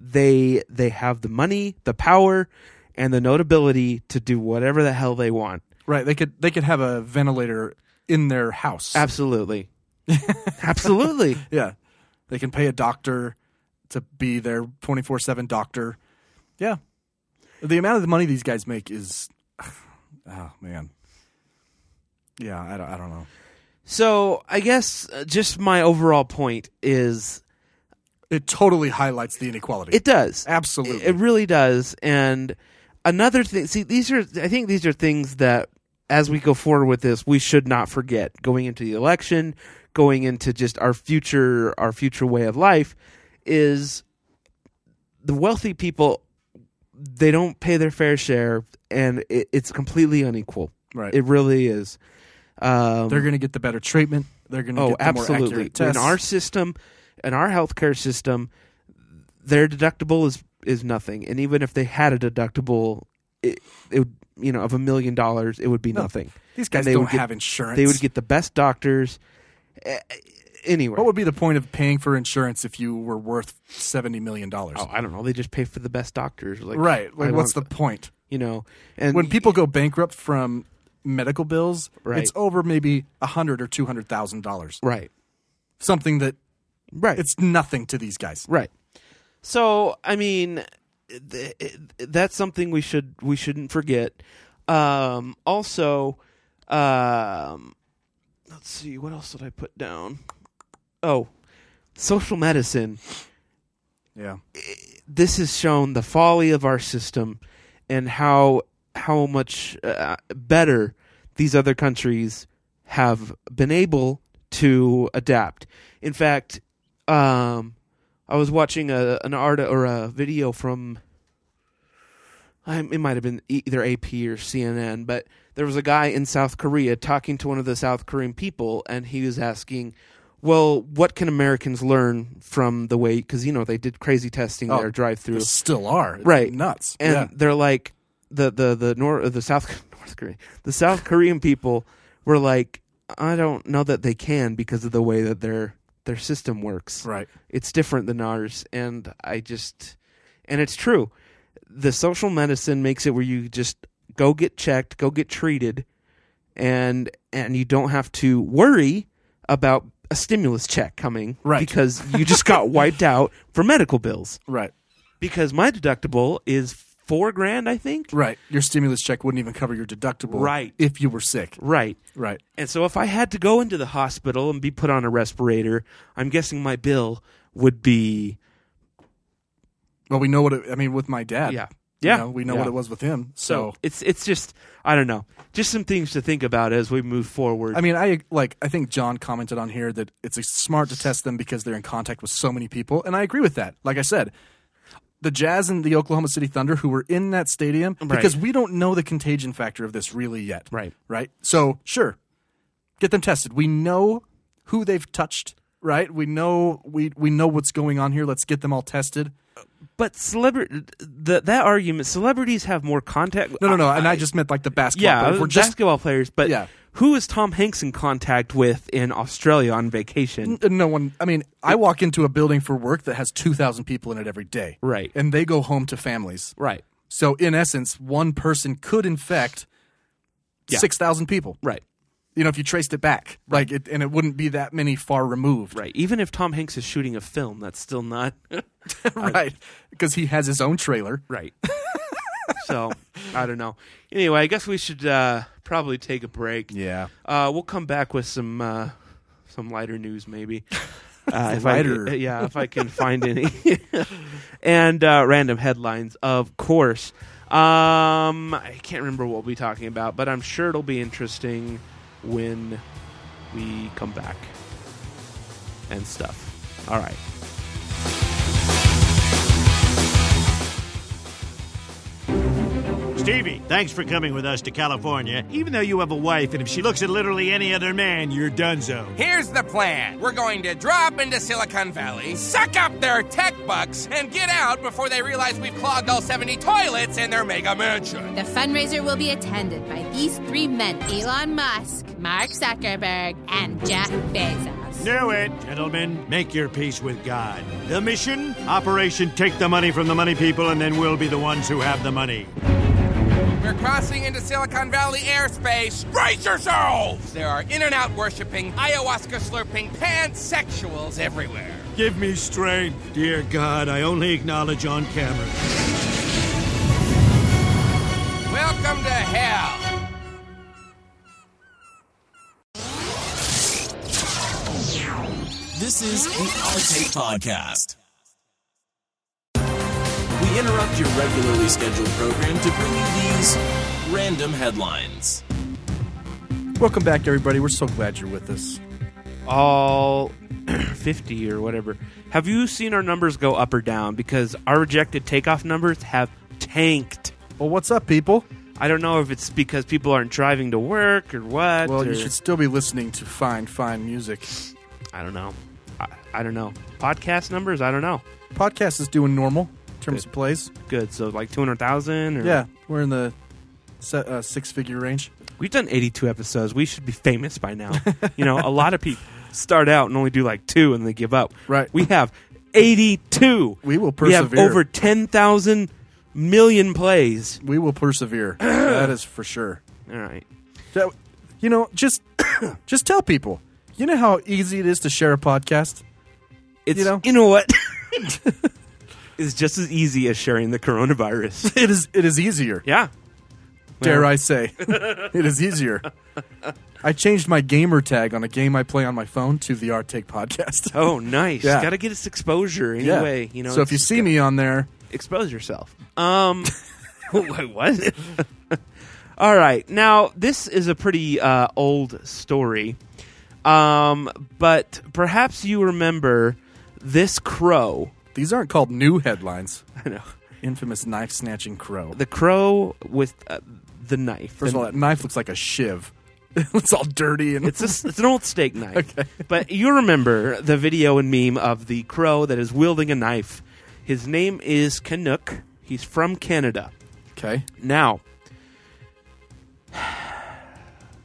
they they have the money the power and the notability to do whatever the hell they want Right. They could they could have a ventilator in their house. absolutely absolutely yeah. They can pay a doctor to be their 24/7 doctor. Yeah. The amount of the money these guys make is oh man. Yeah, I don't, I don't know. so i guess uh, just my overall point is It totally highlights the inequality. it does Absolutely. It, it really does. And another thing, see, these are, I think these are things that as we go forward with this, we should not forget going into the election, going into just our future, our future way of life is the wealthy people, they don't pay their fair share and it, it's completely unequal. Right. It really is. Um, They're going to get the better treatment. They're going to oh, get the more absolutely. accurate tests. In our system, in our healthcare system, their deductible is is nothing, and even if they had a deductible, it, it would, you know of a million dollars, it would be nothing. These guys And they don't would get- have insurance. They would get the best doctors. Eh, eh, Anyway, What would be the point of paying for insurance if you were worth seventy million dollars? oh, I don't know. They just pay for the best doctors, like right. Like, I what's the want- point? you know? And When people go bankrupt from medical bills, Right. it's over maybe a hundred or two hundred thousand dollars. right, Something that right, it's nothing to these guys. Right. So I mean, th- th- that's something we should we shouldn't forget. Um, also, um, let's see what else did I put down. Oh, social medicine. Yeah. This has shown the folly of our system and how how much uh, better these other countries have been able to adapt. In fact, um, I was watching a an art or a video from um, it might have been e- either AP or CNN, but there was a guy in South Korea talking to one of the South Korean people, and he was asking, "Well, what can Americans learn from the way?" Because you know they did crazy testing Oh, their drive-through, They still are It's Right. Nuts. and yeah. they're like the the the north the South North Korea the South Korean people were like, "I don't know that they can because of the way that their their system works." Right. it's different than ours and i just and it's true the social medicine makes it where you just go get checked go get treated and and you don't have to worry about a stimulus check coming Right. because you just got wiped out for medical bills Right. because my deductible is 4 grand i think Right. Your stimulus check wouldn't even cover your deductible. Right. If you were sick. right Right. and so if i had to go into the hospital and be put on a respirator i'm guessing my bill would be Well, we know what it, I mean with my dad. yeah You yeah know, we know yeah. what it was with him. So So, it's it's just I don't know, just some things to think about as we move forward. I mean, I like I think John commented on here that it's smart to test them because they're in contact with so many people, and I agree with that. Like I said, the Jazz and the Oklahoma City Thunder who were in that stadium because we don't know the contagion factor of this really yet. Right. Right? So, sure. Get them tested. We know who they've touched, right? We know we we know what's going on here. Let's get them all tested. but celebrity the, that argument, celebrities have more contact. No, no, no. and I, just meant like the basketball. yeah, uh, players. we're just basketball players. But Yeah. who is Tom Hanks in contact with in Australia on vacation? N- No one. I mean, I walk into a building for work that has two thousand people in it every day, Right. And they go home to families, Right, So in essence, one person could infect Yeah. six thousand people, right, You know, if you traced it back, like, it, and it wouldn't be that many far removed, right. Even if Tom Hanks is shooting a film, that's still not right? Because he has his own trailer. right. so I don't know. Anyway, I guess we should uh, probably take a break. Yeah, Uh, we'll come back with some uh, some lighter news, maybe. Uh, if I, Lighter. can- yeah, if I can find any, and uh, random headlines, of course. Um, I can't remember what we'll be talking about, but I'm sure it'll be interesting when we come back and stuff. All right. Stevie, thanks for coming with us to California. Even though you have a wife, and if she looks at literally any other man, you're donezo. Here's the plan. We're going to drop into Silicon Valley, suck up their tech bucks, and get out before they realize we've clogged all 70 toilets in their mega mansion. The fundraiser will be attended by these three men Elon Musk, Mark Zuckerberg, and Jeff Bezos. Do it, gentlemen. Make your peace with God. The mission? Operation Take the Money from the Money People, and then we'll be the ones who have the money. We're crossing into Silicon Valley airspace. Brace yourselves! There are in and out worshiping, ayahuasca slurping pansexuals everywhere. Give me strength. Dear God, I only acknowledge on camera. Welcome to hell. This is the Our Take Podcast. We interrupt your regularly scheduled program to bring you these random headlines. welcome back, everybody. We're so glad you're with us. all 50 or whatever. Have you seen our numbers go up or down? Because our rejected takeoff numbers have tanked. Well, what's up, people? I don't know if it's because people aren't driving to work or what. Well, or- you should still be listening to fine, fine music. I don't know. I, I don't know. Podcast numbers? I don't know. Podcast is doing normal in terms of plays. Good. So like 200,000? or- Yeah, we're in the se- uh, six-figure range. We've done 82 episodes. We should be famous by now. you know, a lot of people start out and only do like two and they give up. Right. We have 82. We will We persevere. have over 10,000 million plays. We will persevere. that is for sure. All right. That- you know, just just tell people. You know how easy it is to share a podcast. It's, You know? what? it's just as easy as sharing the coronavirus. It is it is easier. yeah. Dare I say, it is easier. I changed my gamer tag on a game I play on my phone to the Art Take Podcast. Oh, nice. Yeah. Got to get its exposure Yeah. anyway. You know. so if it's you just see gotta me on there, expose yourself. Um, wait, what? All right. Now, this is a pretty uh, old story, um, but perhaps you remember this crow. These aren't called new headlines. I know. Infamous knife snatching crow. The crow with uh, the knife. First of all, that knife looks like a shiv. it's all dirty and it's a, it's an old steak knife. But you remember the video and meme of the crow that is wielding a knife. His name is Canuck. He's from Canada. Okay. Now,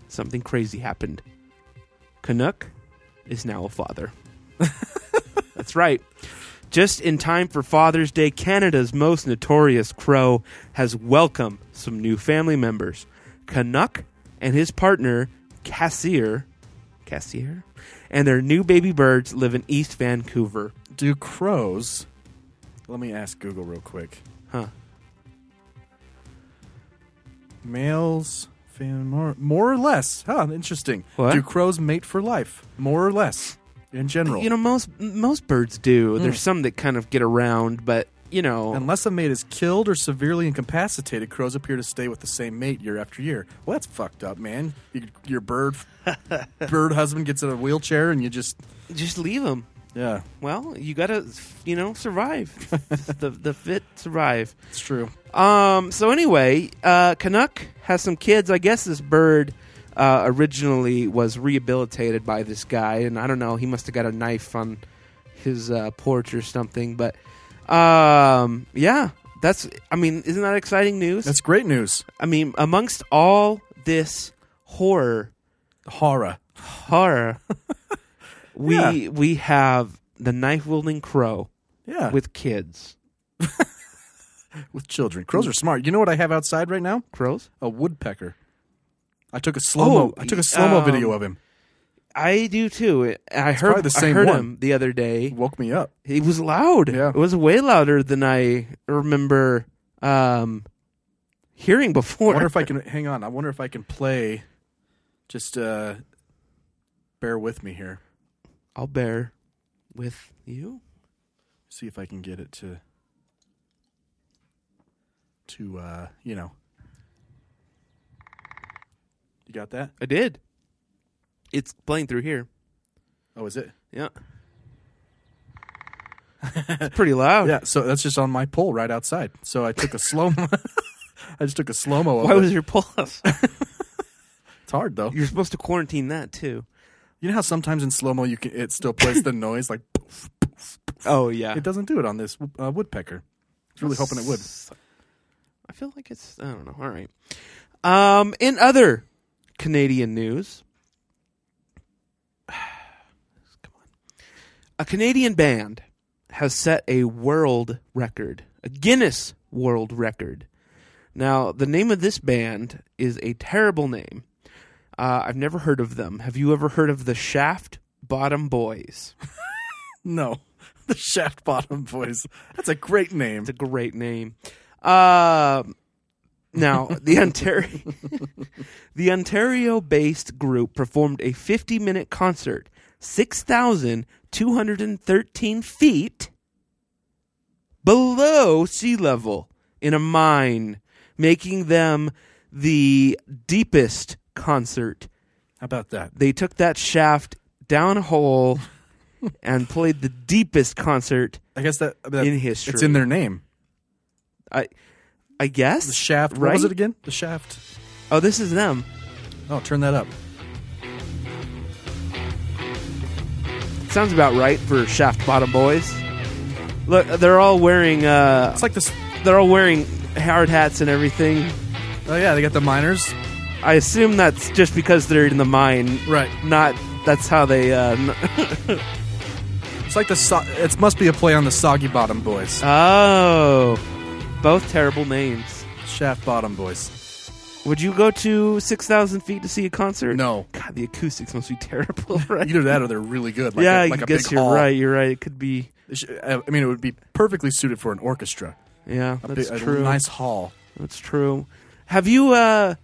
something crazy happened. Canuck is now a father. That's right. Just in time for Father's Day, Canada's most notorious crow has welcomed some new family members. Canuck and his partner, Cassier, Cassier, and their new baby birds live in East Vancouver. Do crows? Let me ask Google real quick. Huh. Males, fam- more, more or less. Huh, interesting. What? Do crows mate for life? More or less, in general. You know, most most birds do. Mm. There's some that kind of get around, but you know, Unless a mate is killed or severely incapacitated, crows appear to stay with the same mate year after year. Well, that's fucked up, man. You, your bird bird husband gets in a wheelchair and you just just leave them. yeah, Well, you gotta, you know, survive. the the fit survive. it's true. Um. So anyway, uh, Canuck has some kids. I guess this bird uh, originally was rehabilitated by this guy, and I don't know. He must have got a knife on his uh, porch or something. But um, yeah, that's. I mean, isn't that exciting news? That's great news. I mean, amongst all this horror, Horror. horror, we Yeah. we have the knife wielding crow Yeah, with, with kids. with children. Crows are smart. You know what I have outside right now? Crows. A woodpecker. I took a slow mo. Oh, I took a slow mo um, video of him. I do too. It- I heard probably the I same heard one. him the other day. It woke me up. He was loud. Yeah. It was way louder than I remember um, hearing I before. wonder if I can hang on. I wonder if I can play. Just uh, bear with me here. I'll bear with you. see if I can get it to to uh, you know. You got that? I did. It's playing through here. Oh, is it? Yeah. it's pretty loud. Yeah, so that's just on my pole right outside. So I took a slow mo. I just took a slow mo. Why was your pulse? it's hard though? You're supposed to quarantine that too. You know how sometimes in slow mo you can it still plays the noise like Oh yeah. it doesn't do it on this uh, woodpecker. I was really hoping it would. I feel like it's I don't know. All right. Um, in other Canadian news, come on, a Canadian band has set a world record, a Guinness World Record. Now, the name of this band is a terrible name. Uh, I've never heard of them. Have you ever heard of the Shaft Bottom Boys? No, the shaft bottom boys. That's a great name. It's a great name. Um, now the Ontario, the Ontario-based group performed a 50-minute concert, 6,213 feet below sea level in a mine, making them the deepest concert. How about that? They took that shaft down a hole and played the deepest concert. I guess that, that In history. It's in their name. I, I guess The shaft. Right? What was it again? The shaft. Oh, this is them. Oh, turn that up. Sounds about right for Shaft Bottom Boys. Look, they're all wearing uh, It's like this. they're all wearing hard hats and everything. Oh yeah, they got the miners. I assume that's just because they're in the mine, Right. Not that's how they. Uh, n- It's like the. So- it must be a play on the soggy bottom boys. Uh, oh, both terrible names. Shaft bottom boys. Would you go to six thousand feet to see a concert? No. God, the acoustics must be terrible, right? Either that or they're really good. Like yeah, a, like I a guess big you're hall. right. You're right. It could be. It sh- I I mean, it would be perfectly suited for an orchestra. Yeah, A that's big- a true. nice hall. That's true. Have you uh,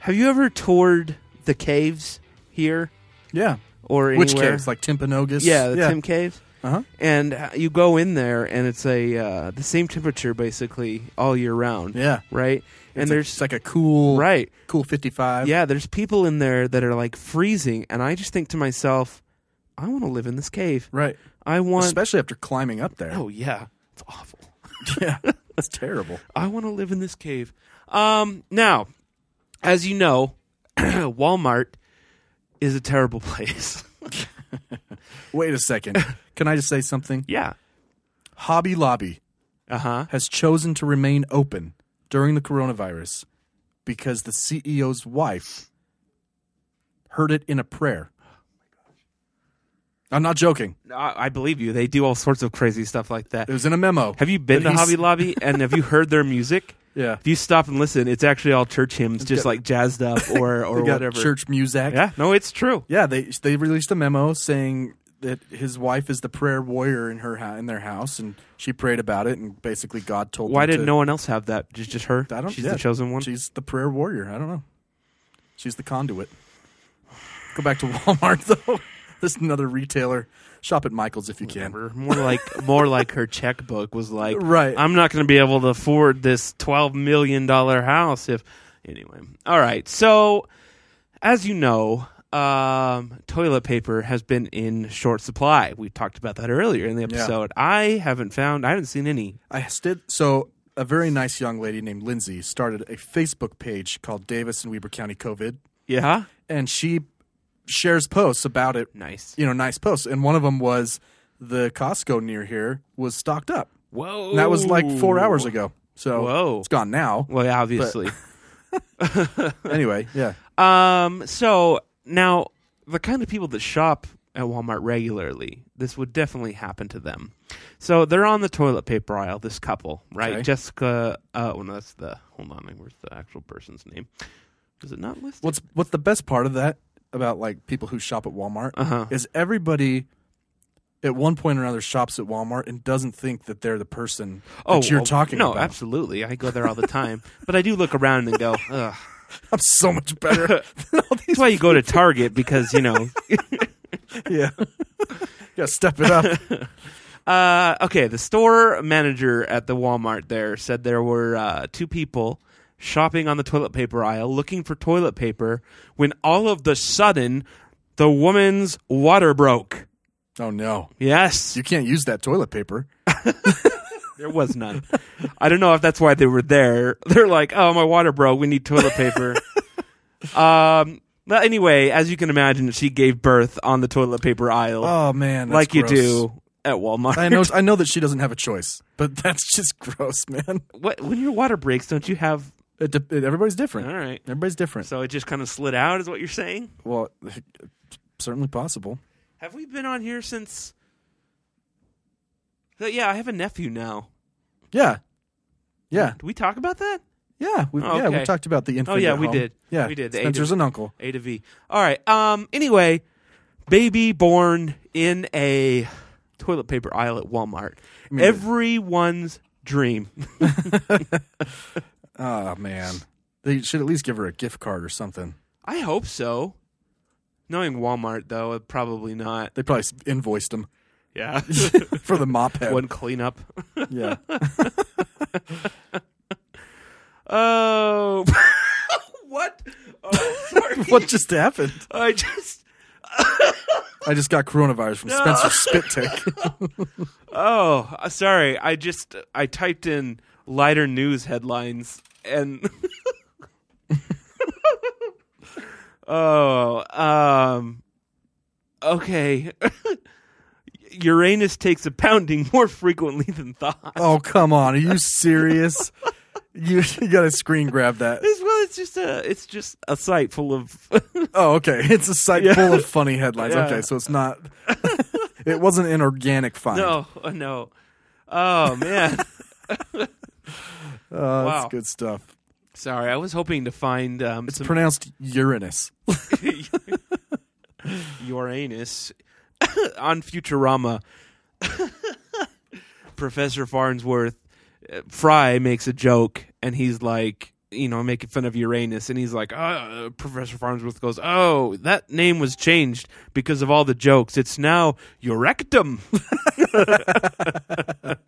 have you ever toured the caves here? Yeah. or anywhere. Which caves? Like Timpanogos? yeah, the Tim Cave. Uh-huh. And uh, you go in there, and it's a uh, the same temperature basically all year round. Yeah. right. and a- there's it's like a cool right cool 55 yeah there's people in there that are like freezing and i just think to myself i want to live in this cave right i want especially after climbing up there oh yeah it's awful yeah that's terrible i want to live in this cave um now as you know walmart is a terrible place wait a second can i just say something yeah hobby lobby uh-huh has chosen to remain open during the coronavirus because the ceo's wife heard it in a prayer i'm not joking I, I believe you they do all sorts of crazy stuff like that it was in a memo Have you been But to he's- Hobby Lobby and have you heard their music? Yeah. If you stop and listen, it's actually all church hymns, just like jazzed up or or They got whatever. church music Yeah. No, it's true. Yeah, they they released a memo saying that his wife is the prayer warrior in her hou- in their house, and she prayed about it, and basically God told. Why them didn't to, no one else have that? Just just her. I don't. She's yeah, the chosen one. She's the prayer warrior. I don't know. She's the conduit. Go back to Walmart though. this is another retailer. Shop at Michaels if you can. More like more like her checkbook was like. Right. I'm not going to be able to afford this twelve million dollar house if. Anyway, all right. So, as you know, um, toilet paper has been in short supply. We talked about that earlier in the episode. I haven't found. I haven't seen any. I did so. A very nice young lady named Lindsay started a Facebook page called Davis and Weber County COVID, Yeah. and she shares posts about it Nice. you know, nice posts. And one of them was the Costco near here was stocked up. Whoa. And that was like four hours ago. So Whoa. it's gone now. Well, yeah, obviously. Anyway, yeah. um. So now the kind of people that shop at Walmart regularly, this would definitely happen to them. So they're on the toilet paper aisle. This couple, right? Okay. Jessica. Uh, oh no, that's the. Hold on, where's the actual person's name? Is it not listed? What's what's the best part of that about like people who shop at Walmart Uh-huh. is everybody at one point or another shops at Walmart and doesn't think that they're the person that you're well, talking Oh, no, about. absolutely. I go there all the time, but I do look around and go, ugh. I'm so much better than all these. That's why you go to Target because you know Yeah. yeah, step it up. Uh, okay, the store manager at the Walmart there said there were uh, two people shopping on the toilet paper aisle looking for toilet paper when all of the sudden the woman's water broke. Oh no. Yes, You can't use that toilet paper. there was none. I don't know if that's why they were there. They're like, oh, my water broke. We need toilet paper. um, but anyway, as you can imagine, she gave birth on the toilet paper aisle, Oh man. that's like you gross. do at Walmart. I know I know that she doesn't have a choice, but that's just gross, man. What, when your water breaks, don't you have It, dep- it, everybody's different. All right. Everybody's different. So it just kind of slid out, is what you're saying? well, certainly possible. Have we been on here since? So, yeah, I have a nephew now. Yeah. Yeah. Did we talk about that? Yeah. We, Oh, Yeah. We okay. talked about the infant. Oh, yeah, at we home. did. Yeah. We did. The Spencer's agent- an uncle. A to V. All right. Um. Anyway, baby born in a toilet paper aisle at Walmart. Everyone's dream. Oh man. They should at least give her a gift card or something. I hope so. Knowing Walmart though, probably not. They probably s- invoiced him Yeah. for the mop head. One cleanup. Yeah. Oh. what? Oh, sorry. what just happened? I just. I just got coronavirus from Spencer's spit take. Oh, uh, sorry. I just I typed in lighter news headlines and Oh, um okay. Uranus takes a pounding more frequently than thought. oh come on! Are you serious? you you gotta screen grab that. As well, it's just a it's just a site full of Oh, okay. It's a site Yeah. full of funny headlines. Yeah. Okay, so it's not. it wasn't an organic find. no, oh, no. Oh man. Oh, Wow. that's good stuff. sorry, I was hoping to find um It's some pronounced Uranus. Uranus on Futurama. Professor Farnsworth uh, Fry makes a joke, and he's like, you know, making fun of Uranus, and he's like, uh, Professor Farnsworth goes, "Oh, that name was changed because of all the jokes. It's now Urectum."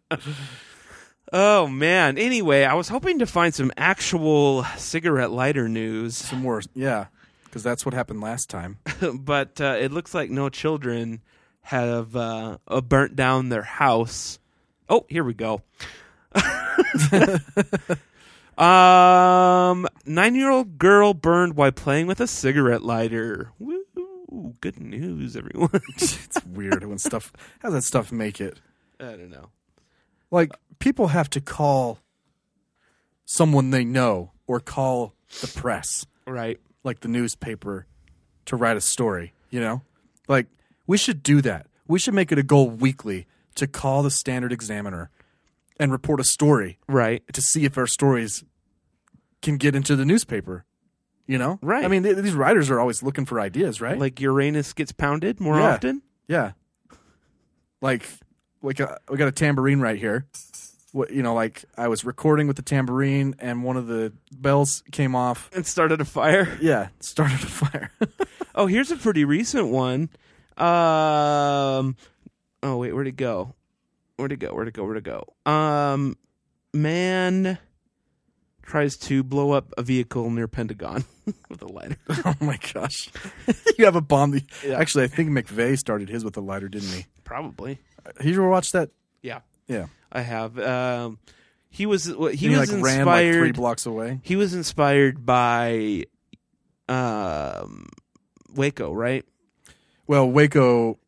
Oh man. Anyway, I was hoping to find some actual cigarette lighter news. Some more, yeah, because that's what happened last time. but uh, it looks like no children have uh, uh, burnt down their house. Oh, here we go. um, nine-year-old girl burned while playing with a cigarette lighter. Woo! Good news, everyone. it's weird when stuff how does that stuff make it. I don't know. Like people have to call someone they know or call the press, right? Like the newspaper to write a story. You know, like we should do that. We should make it a goal weekly to call the Standard Examiner and report a story, right? To see if our stories can get into the newspaper. You know, Right. I mean, th- these writers are always looking for ideas, right? Like Uranus gets pounded more Yeah. often. Yeah. Like we got we got a tambourine right here. What you know, like I was recording with the tambourine and one of the bells came off. and started a fire. Yeah, started a fire. oh, here's a pretty recent one. Um, oh wait, where'd it go? Where'd it go? Where'd it go? Where'd it go? Um, man tries to blow up a vehicle near Pentagon with a lighter. oh my gosh. you have a bomb that, actually I think McVeigh started his with a lighter, didn't he? Probably. He ever watched that? Yeah, Yeah. I have. Um, he was he was Then he, like, inspired. ran, like, three blocks away? He was inspired by, um, Waco, right? Well, Waco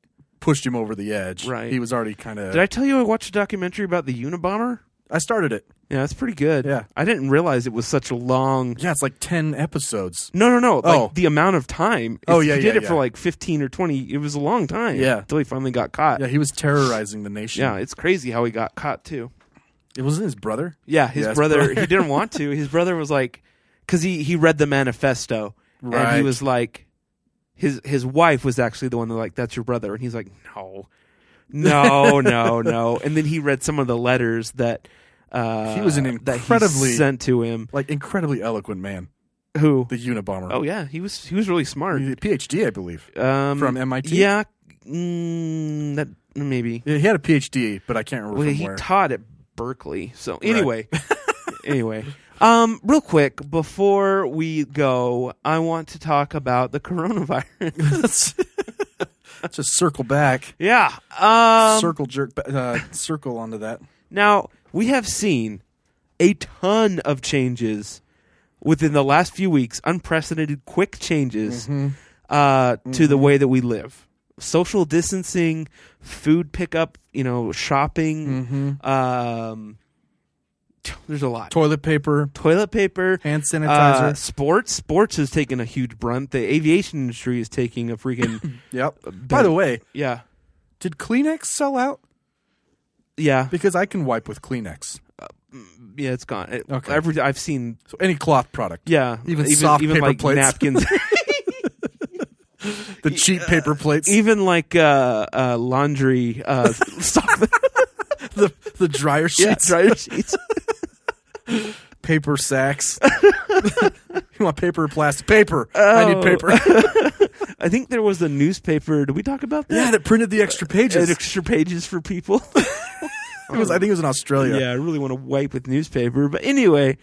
pushed him over the edge. Right. He was already kind of Did I tell you I watched a documentary about the Unabomber? I started it. Yeah, it's pretty good. Yeah. I didn't realize it was such a long. Yeah, it's like 10 episodes. No, no, no. Like Oh. the amount of time. Oh, It's- yeah, He did yeah, it for yeah. like 15 or 20. It was a long time. Yeah. Until he finally got caught. Yeah, he was terrorizing the nation. Yeah, it's crazy how he got caught too. It wasn't his brother? Yeah, his his brother, brother. he didn't want to. His brother was like, because he, he read the manifesto. And he Right. was like, his his wife was actually the one that like, that's your brother. And he's like, no, no, no, no. And then he read some of the letters that uh, He was an that he incredibly- sent to him. like incredibly eloquent man. Who? The Unabomber. Oh yeah, he was he was really smart. He- PhD, I believe, Um, from MIT. Yeah, mm, that maybe. Yeah, he had a PhD, but I can't remember Well, from he where. taught at Berkeley. So anyway, anyway, um, real quick before we go, I want to talk about the coronavirus. Just circle back, yeah. Um, circle jerk, ba- uh, circle onto that. Now, we have seen a ton of changes within the last few weeks, unprecedented quick changes Mm-hmm. uh, to the way that we live. Social distancing, food pickup, you know, shopping. Mm-hmm. Um, there's a lot. Toilet paper, Toilet paper, hand sanitizer. uh, sports. Sports has taken a huge brunt. The aviation industry is taking a freaking yep. By the way, yeah, did Kleenex sell out? yeah, Because I can wipe with Kleenex. yeah. It's gone. It- Okay. Every I've seen So any cloth product. Yeah, Even soft paper like plates. napkins, The uh, cheap paper plates. even like uh, uh, laundry, uh, soft the, the dryer yeah, sheets. dryer sheets. Paper sacks. you want paper or plastic? Paper. I Oh. need paper. I think there was a newspaper. Did we talk about that? yeah, that printed the extra It had pages. It extra pages for people. was, I think it was in Australia. yeah, I really want to wipe with newspaper. But anyway,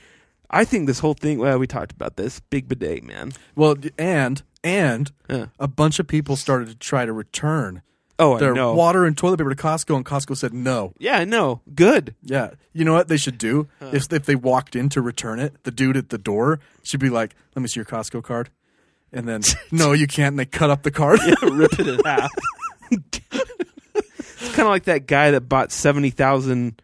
I think this whole thing. Well, we talked about this big bidet, man. Well, d- and and Yeah. a bunch of people started to try to return Oh, I their know. water and toilet paper to Costco, and Costco said no. yeah, I know. Good. Yeah, you know what they should do if if they walked in to return it, the dude at the door should be like, "Let me see your Costco card," and then no, you can't. And they cut up the card. Rip it in half. it's kind of like that guy that bought seventy thousand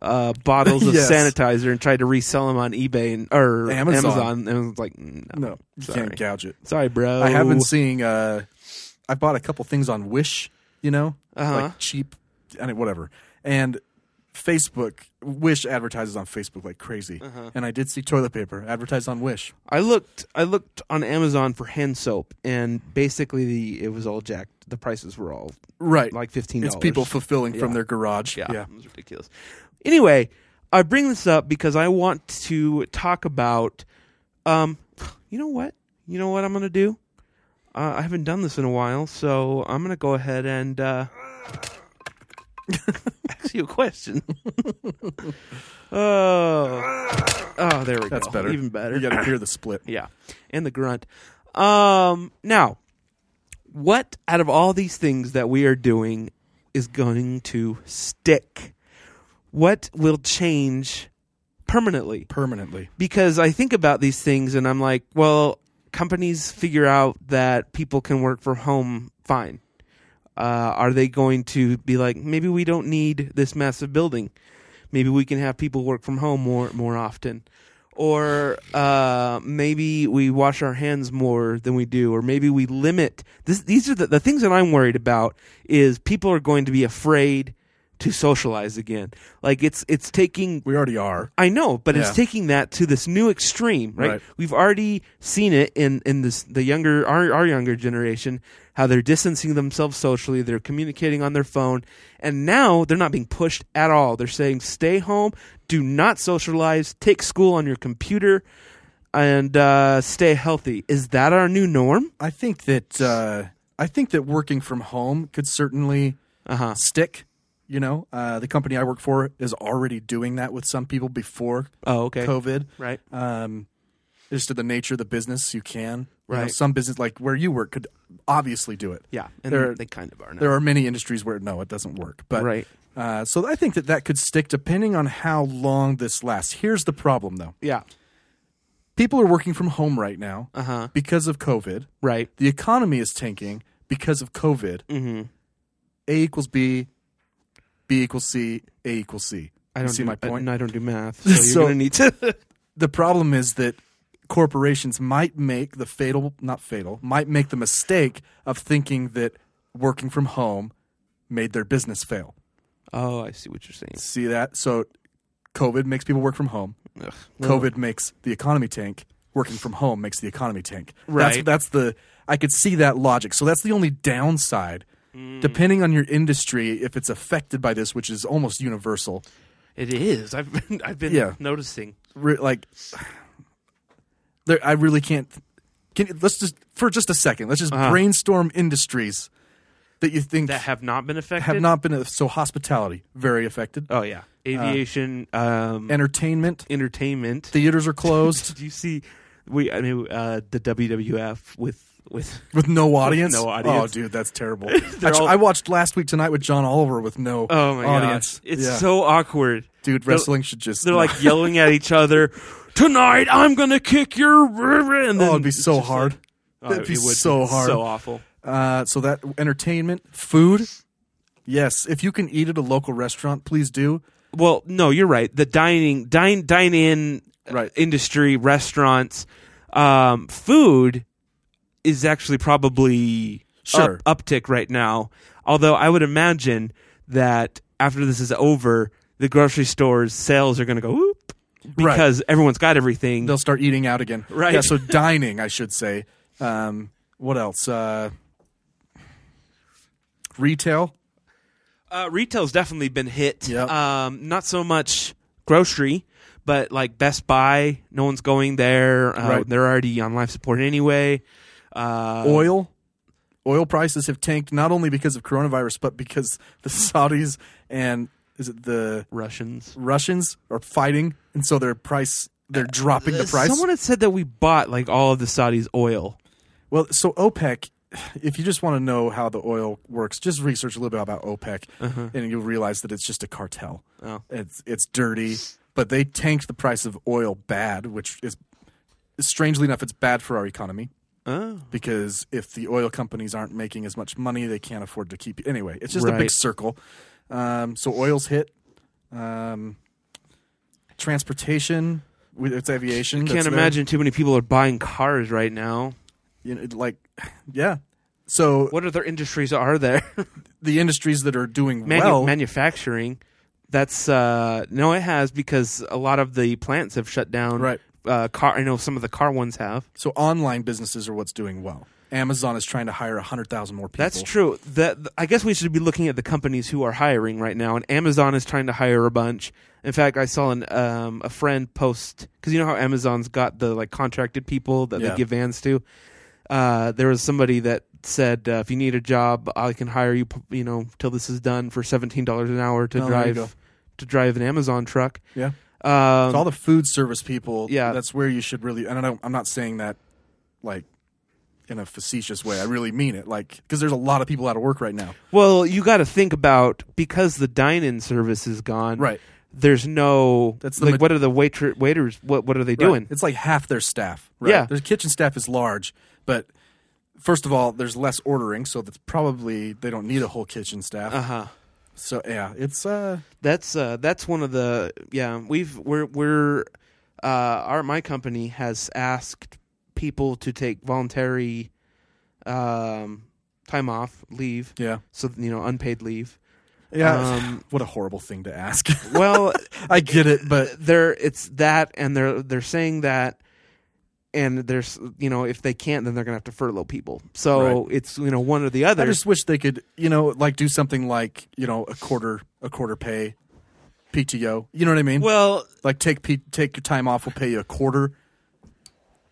uh, bottles of Yes. sanitizer and tried to resell them on eBay and or Amazon. Amazon. and I was like, no, no, you sorry. can't gouge it. Sorry, bro. I have been seeing. Uh, I bought a couple things on Wish. You know, Uh-huh. like cheap, I mean, whatever. And Facebook, Wish advertises on Facebook like crazy. Uh-huh. And I did see toilet paper advertised on Wish. I looked. I looked on Amazon for hand soap, and basically the it was all jacked. The prices were all Right, like fifteen. It's people fulfilling from their garage. Yeah, Yeah. it was ridiculous. Anyway, I bring this up because I want to talk about. Um, you know what? You know what I'm gonna do. Uh, I haven't done this in a while, so I'm gonna go ahead and. Uh, ask you a question. oh, oh, there we go. That's better. Even better. You gotta hear the split. yeah, and the grunt. Um, now, what out of all these things that we are doing is going to stick? What will change permanently? Permanently. because I think about these things and I'm like, well, companies figure out that people can work from home fine. Uh, are they going to be like, maybe we don't need this massive building? Maybe we can have people work from home more more often, or uh, maybe we wash our hands more than we do, or maybe we limit. This, these are the, the things that I'm worried about. Is people are going to be afraid to socialize again? Like it's it's taking We already are. I know, but Yeah. it's taking that to this new extreme, right? Right. We've already seen it in in this the younger our, our younger generation how they're distancing themselves socially, they're communicating on their phone, and now they're not being pushed at all. They're saying stay home, do not socialize, take school on your computer, and uh, stay healthy. Is that our new norm? I think that uh, I think that working from home could certainly Uh-huh. stick. You know, uh, the company I work for is already doing that with some people before Oh, okay. COVID. Right. Um, just to the nature of the business, you can. You know, Right. some business like where you work could obviously do it. Yeah, and There- they kind of are now. There are many industries where no, it doesn't work. But Right. Uh, so I think that that could stick depending on how long this lasts. Here's the problem, though. yeah. People are working from home right now Uh-huh. because of COVID. Right. The economy is tanking because of COVID. Mhm. A equals B, B equals C, A equals C. I You don't see do, my point. I, I don't do math, so you're So- gonna need to. the problem is that corporations might make the fatal not fatal might make the mistake of thinking that working from home made their business fail oh, I see what you're saying. see that so covid makes people work from home Ugh. covid makes the economy tank working from home makes the economy tank Right. that's, that's the i could see that logic so that's the only downside Mm. depending on your industry if it's affected by this which is almost universal It is. I've been, I've been Yeah. noticing. re- like there, I really can't. Can let's just for just a second, let's just Uh-huh. brainstorm industries that you think that have not been affected. have not Uh, been so hospitality very affected, Oh yeah, aviation, um, entertainment, entertainment. theaters are closed Did you see? We I mean uh, the WWF with with with no audience. no audience. Oh, dude, that's terrible. Actually, all- I watched last week tonight with John Oliver with no oh my audience. gosh, it's Yeah. so awkward. dude. They're- Wrestling should just They're like yelling at each other. Tonight I'm gonna kick your. And then oh, it'd be it's so just like- hard. Oh, That'd be it would so hard. so awful. Uh, so that entertainment, food. Yes, if you can eat at a local restaurant, please do. Well, no, you're right. The dining dine dine in Right. industry, restaurants, um, food is actually probably Sure. up, uptick right now. Although I would imagine that after this is over, the grocery stores sales are going to go whoop Right. because everyone's got everything. They'll start eating out again. Right. Yeah, so dining, I should say. Um, what else? Uh, retail. Uh, retail's definitely been hit. Yep. Um, not so much grocery, but like Best Buy, no one's going there. Uh, Right. They're already on life support anyway. Uh, oil. Oil prices have tanked not only because of coronavirus, but because the Saudis and is it the Russians. Russians are fighting, and so their price they're dropping the price. Someone had said that we bought like all of the Saudis' oil. Well, so OPEC, if you just want to know how the oil works, just research a little bit about OPEC, and you'll realize that it's just a cartel. Uh-huh. Oh. It's it's dirty, but they tanked the price of oil bad, which is strangely enough, it's bad for our economy Oh, because if the oil companies aren't making as much money, they can't afford to keep. Anyway, it's just a Right. big circle. Um, so oil's hit. Um, transportation, we- it's aviation. I can't that's there. imagine too many people are buying cars right now. You know, like, yeah. So What other industries are there? the industries that are doing Manu- well. manufacturing. That's uh, no, it has because a lot of the plants have shut down. Right. Uh, car. I know some of the car ones have. so online businesses are what's doing well. Amazon is trying to hire 100,000 more people. That's true. That I guess we should be looking at the companies who are hiring right now, and Amazon is trying to hire a bunch. In fact, I saw an um, a friend post because you know how Amazon's got the like contracted people that Yeah. they give vans to. uh, there was somebody that said, uh, "If you need a job, I can hire you. p- You know, till this is done for seventeen dollars an hour to Oh, there you go. drive to drive an Amazon truck." Yeah. Um, So all the food service people, Yeah. that's where you should really. And I don't, I'm not saying that like in a facetious way. I really mean it. Like because there's a lot of people out of work right now. Well, you got to think about because the dine-in service is gone. Right. There's no. That's That's the like ma- what are the waiter waiters? What what are they Right. doing? It's like half their staff. Right? Yeah. Their kitchen staff is large, but first of all, there's less ordering, so that's probably they don't need a whole kitchen staff. Uh huh. So yeah, it's uh That's uh that's one of the yeah we've we're we're uh our my company has asked people to take voluntary um time off leave Yeah. so you know unpaid leave yeah. Um, what a horrible thing to ask. well I get it, but they're it's that and they're they're saying that and there's you know if they can't then they're gonna have to furlough people so it's you know one or the other I just wish they could, you know, like do something like you know a quarter a quarter pay PTO. You know what I mean? well like take P- take your time off. We'll pay you a quarter.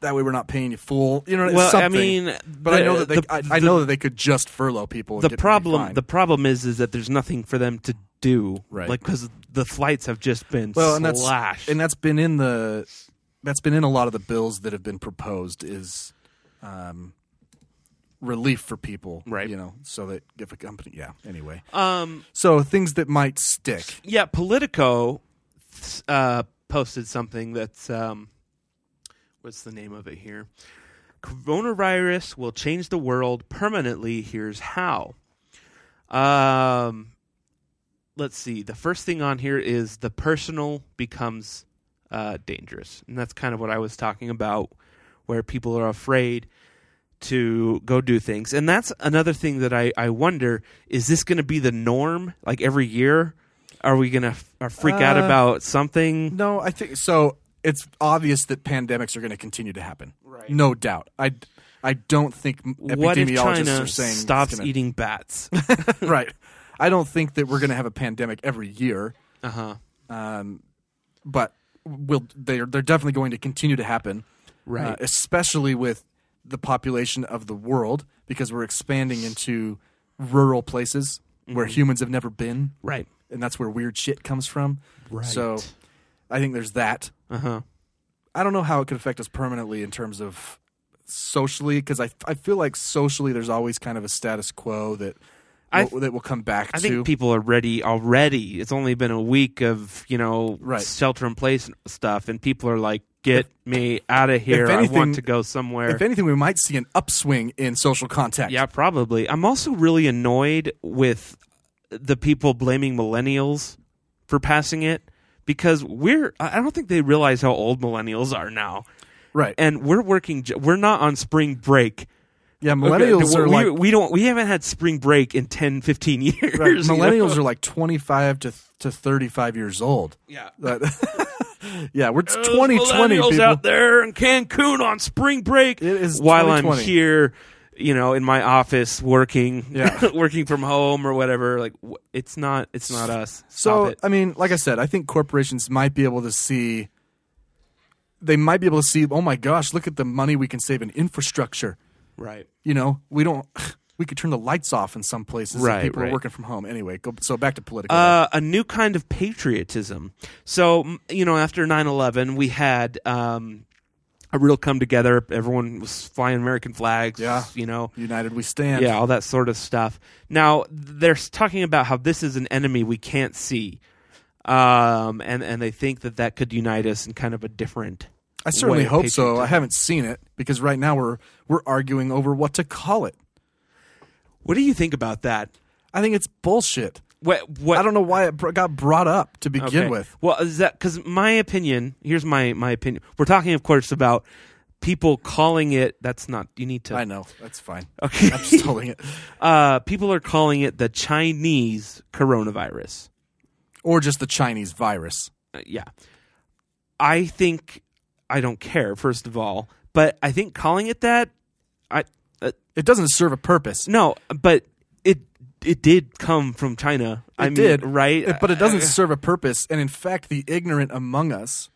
That way, we're not paying you full. You know, Well, I something. mean, but I know that the- they, the- I, I know that they could just furlough people. And the get problem fine. the problem is is that there's nothing for them to do Right. like because the flights have just been well, and that's slashed and that's been in the that's been in a lot of the bills that have been proposed is um, relief for people, Right. You know, so that if a company, yeah. Anyway, um so things that might stick. yeah politico th- uh posted something that's um what's the name of it here coronavirus will change the world permanently here's how um let's see the first thing on here is the personal becomes uh dangerous and that's kind of what i was talking about where people are afraid to go do things. And that's another thing that I, I wonder is this going to be the norm? Like every year? Are we going to f- or freak out Uh, about something? No, I think so. It's obvious that pandemics are going to continue to happen, right. no doubt. I I don't think epidemiologists What if China are saying it's stops gonna- eating bats? right. I don't think that we're going to have a pandemic every year, uh huh. um, but will they're they're definitely going to continue to happen, Uh, Right. especially with the population of the world because we're expanding into rural places where humans have never been, Right. and that's where weird shit comes from. Right. So, I think there's that. Uh huh. I don't know how it could affect us permanently in terms of socially because I, I feel like socially there's always kind of a status quo that I- will, that will come back I to. think people are ready already. It's only been a week of, you know, Right. shelter in place stuff, and people are like, get me out of here. I anything- want to go somewhere. if anything, we might see an upswing in social contact. Yeah, probably. I'm also really annoyed with the people blaming millennials for passing it because we're I I don't think they realize how old millennials are now. Right. And we're working j- we're not on spring break. yeah. Okay, Millennials we, are like we don't we haven't had spring break in 10 15 years. right, you know? millennials are like 25 to to 35 years old. Yeah. That- yeah. We're Those 2020 millennials people. out there in Cancun on spring break It is while I'm 2020. here, you know, in my office working, Yeah. working from home or whatever. Like wh- it's not, it's not us. Stop So uh, it. I mean, like I said, I think corporations might be able to see. They might be able to see. Oh my gosh! Look at the money we can save in infrastructure. right. you know, we don't. We could turn the lights off in some places. Right, if people are right. working from home anyway. Go, so back to political. Uh, a new kind of patriotism. So, m- you know, after 9 11, we had um, a real come together. Everyone was flying American flags, Yeah. you know, United we stand. yeah, all that sort of stuff. Now, they're s- talking about how this is an enemy we can't see. Um, and, and they think that that could unite us in kind of a different. I certainly way of hope so. I patriotism. haven't seen it because right now we're we're arguing over what to call it. What do you think about that? I think it's bullshit. What, what, I don't know why it br- got brought up to begin Okay. with. Well, is that because my opinion? Here's my my opinion. We're talking, of course, about people calling it. That's not. You need to. I know that's fine. Okay. I'm just holding it, Uh, people are calling it the Chinese coronavirus. or just the Chinese virus. Uh, yeah, I think I don't care. First of all, but I think calling it that, I uh, It doesn't serve a purpose. no, but it it did come from China. I it mean, did right? It- but it doesn't Uh, serve a purpose. And in fact, the ignorant among us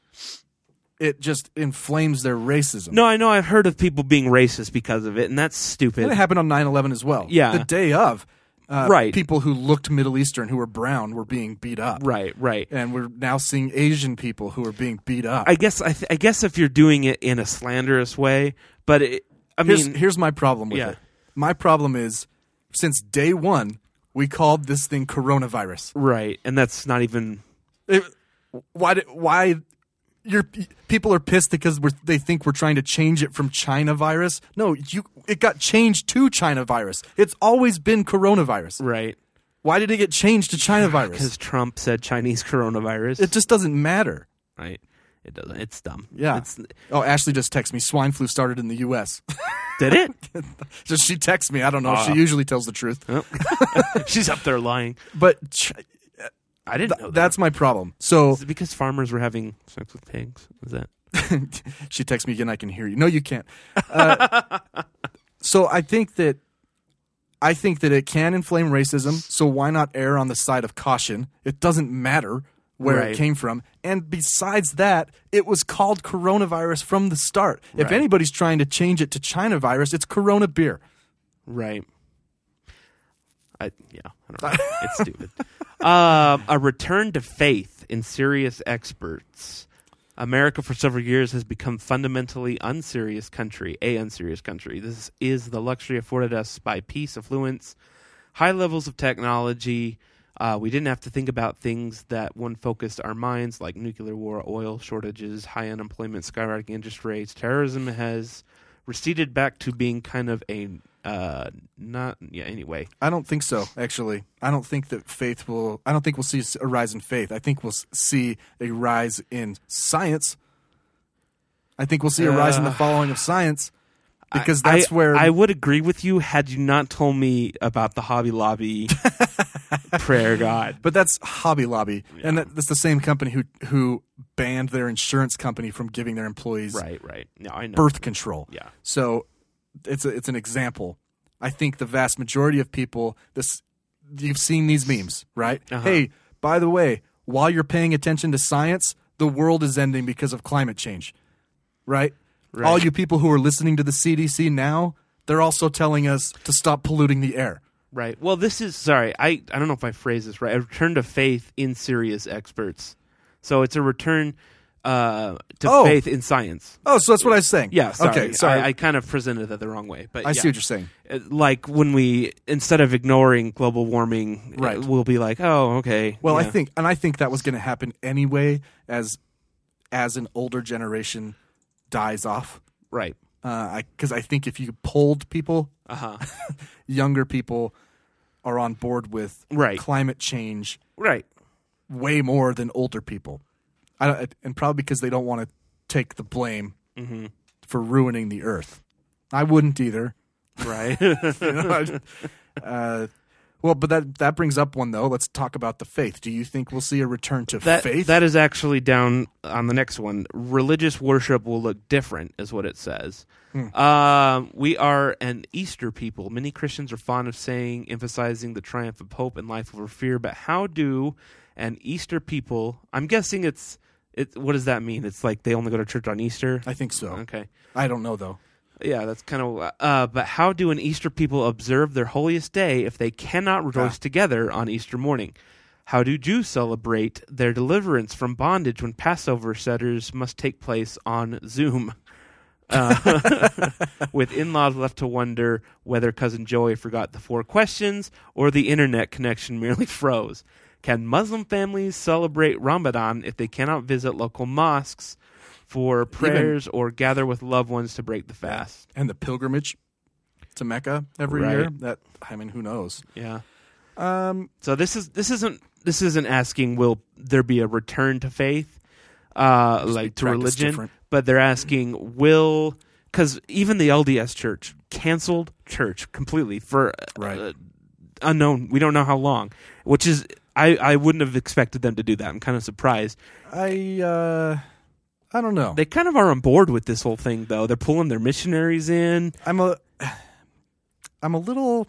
it just inflames their racism. No, I know I've heard of people being racist because of it, and that's stupid. And it happened on 9-11 as well. Yeah. The day of. Uh, Right. People who looked Middle Eastern who were brown were being beat up. Right, right. And we're now seeing Asian people who are being beat up. I guess I, th- I guess if you're doing it in a slanderous way, but it, I here's, mean, here's my problem with Yeah. it. My problem is since day one, we called this thing coronavirus. right, and that's not even It, why? did- Why? Your people are pissed because we're, they think we're trying to change it from China virus. No, you. It got changed to China virus. It's always been coronavirus. right Why did it get changed to China virus? because Trump said Chinese coronavirus. It just doesn't matter. right. It doesn't. It's dumb. Yeah. It's, oh, Ashley just texted me. Swine flu started in the U.S. did it? so she texts me. I don't know. Ah. she usually tells the truth. Oh. She's up there lying. But ch- I didn't th- know that. that's my problem. So Is it because farmers were having sex with pigs? Is that she texts me again. I can hear you. No, you can't. Uh, so I think that I think that it can inflame racism. So why not err on the side of caution? It doesn't matter where Right. it came from. And besides that, it was called coronavirus from the start. If Right. anybody's trying to change it to China virus, it's Corona beer. right? I yeah. I don't know. it's stupid. Um a return to faith in serious experts. America for several years has become fundamentally unserious country, a unserious country. This is the luxury afforded us by peace, affluence, high levels of technology. Uh, we didn't have to think about things that one focused our minds, like nuclear war, oil shortages, high unemployment, skyrocketing interest rates. Terrorism has receded back to being kind of a uh, not yeah. Anyway, I don't think so. Actually, I don't think that faith will. I don't think we'll see s- a rise in faith. I think we'll s- see a rise in science. I think we'll see a rise in the Uh, following of science because I- that's where I would agree with you had you not told me about the Hobby Lobby prayer god. But that's Hobby Lobby, and that, that's the same company who who banned their insurance company from giving their employees Right, right. No, I know. birth control. Yeah. So it's a, it's an example. I think the vast majority of people this you've seen these memes, right? Uh-huh. Hey, by the way, while you're paying attention to science, the world is ending because of climate change. Right? Right. All you people who are listening to the CDC now, they're also telling us to stop polluting the air. Right. Well, this is sorry. I I don't know if I phrased this right. A return to faith in serious experts. So it's a return uh, to Oh. faith in science. Oh, so that's what I was saying. Yeah. Sorry. Okay, sorry. I, I kind of presented that the wrong way, but I yeah. see what you're saying. Uh, Like when we instead of ignoring global warming, uh, Right. we'll be like, oh, okay. Well, I yeah. think, and I think that was going to happen anyway, as as an older generation dies off. right. Because Uh, I think if you polled people, Uh huh. younger people are on board with Right. climate change right. way more than older people, I don't, and probably because they don't want to take the blame Mm-hmm. for ruining the earth. I wouldn't either. Right. You know, I- uh, well, but that that brings up one though. Let's talk about the faith. Do you think we'll see a return to that faith? that is actually down on the next one. Religious worship will look different, is what it says. Hmm. Um, we are an Easter people. Many Christians are fond of saying, emphasizing the triumph of hope and life over fear. But how do an Easter people? I'm guessing it's it. What does that mean? It's like they only go to church on Easter. I think so. Okay. I don't know though. Yeah, that's kind of. Uh, but how do an Easter people observe their holiest day if they cannot rejoice together on Easter morning? How do Jews celebrate their deliverance from bondage when Passover setters must take place on Zoom? Uh, with in laws left to wonder whether cousin Joey forgot the four questions or the internet connection merely froze. Can Muslim families celebrate Ramadan if they cannot visit local mosques for prayers or gather with loved ones to break the fast? and the pilgrimage to Mecca every Right. year. That I mean, who knows? Yeah. Um, So this is this isn't this isn't asking will there be a return to faith, uh, like to practice religion, different. but they're asking will because even the LDS Church canceled church completely for uh, Right. uh, unknown. We don't know how long, which is I I wouldn't have expected them to do that. I'm kind of surprised. I uh, I don't know. They kind of are on board with this whole thing though. They're pulling their missionaries in. I'm a I'm a little.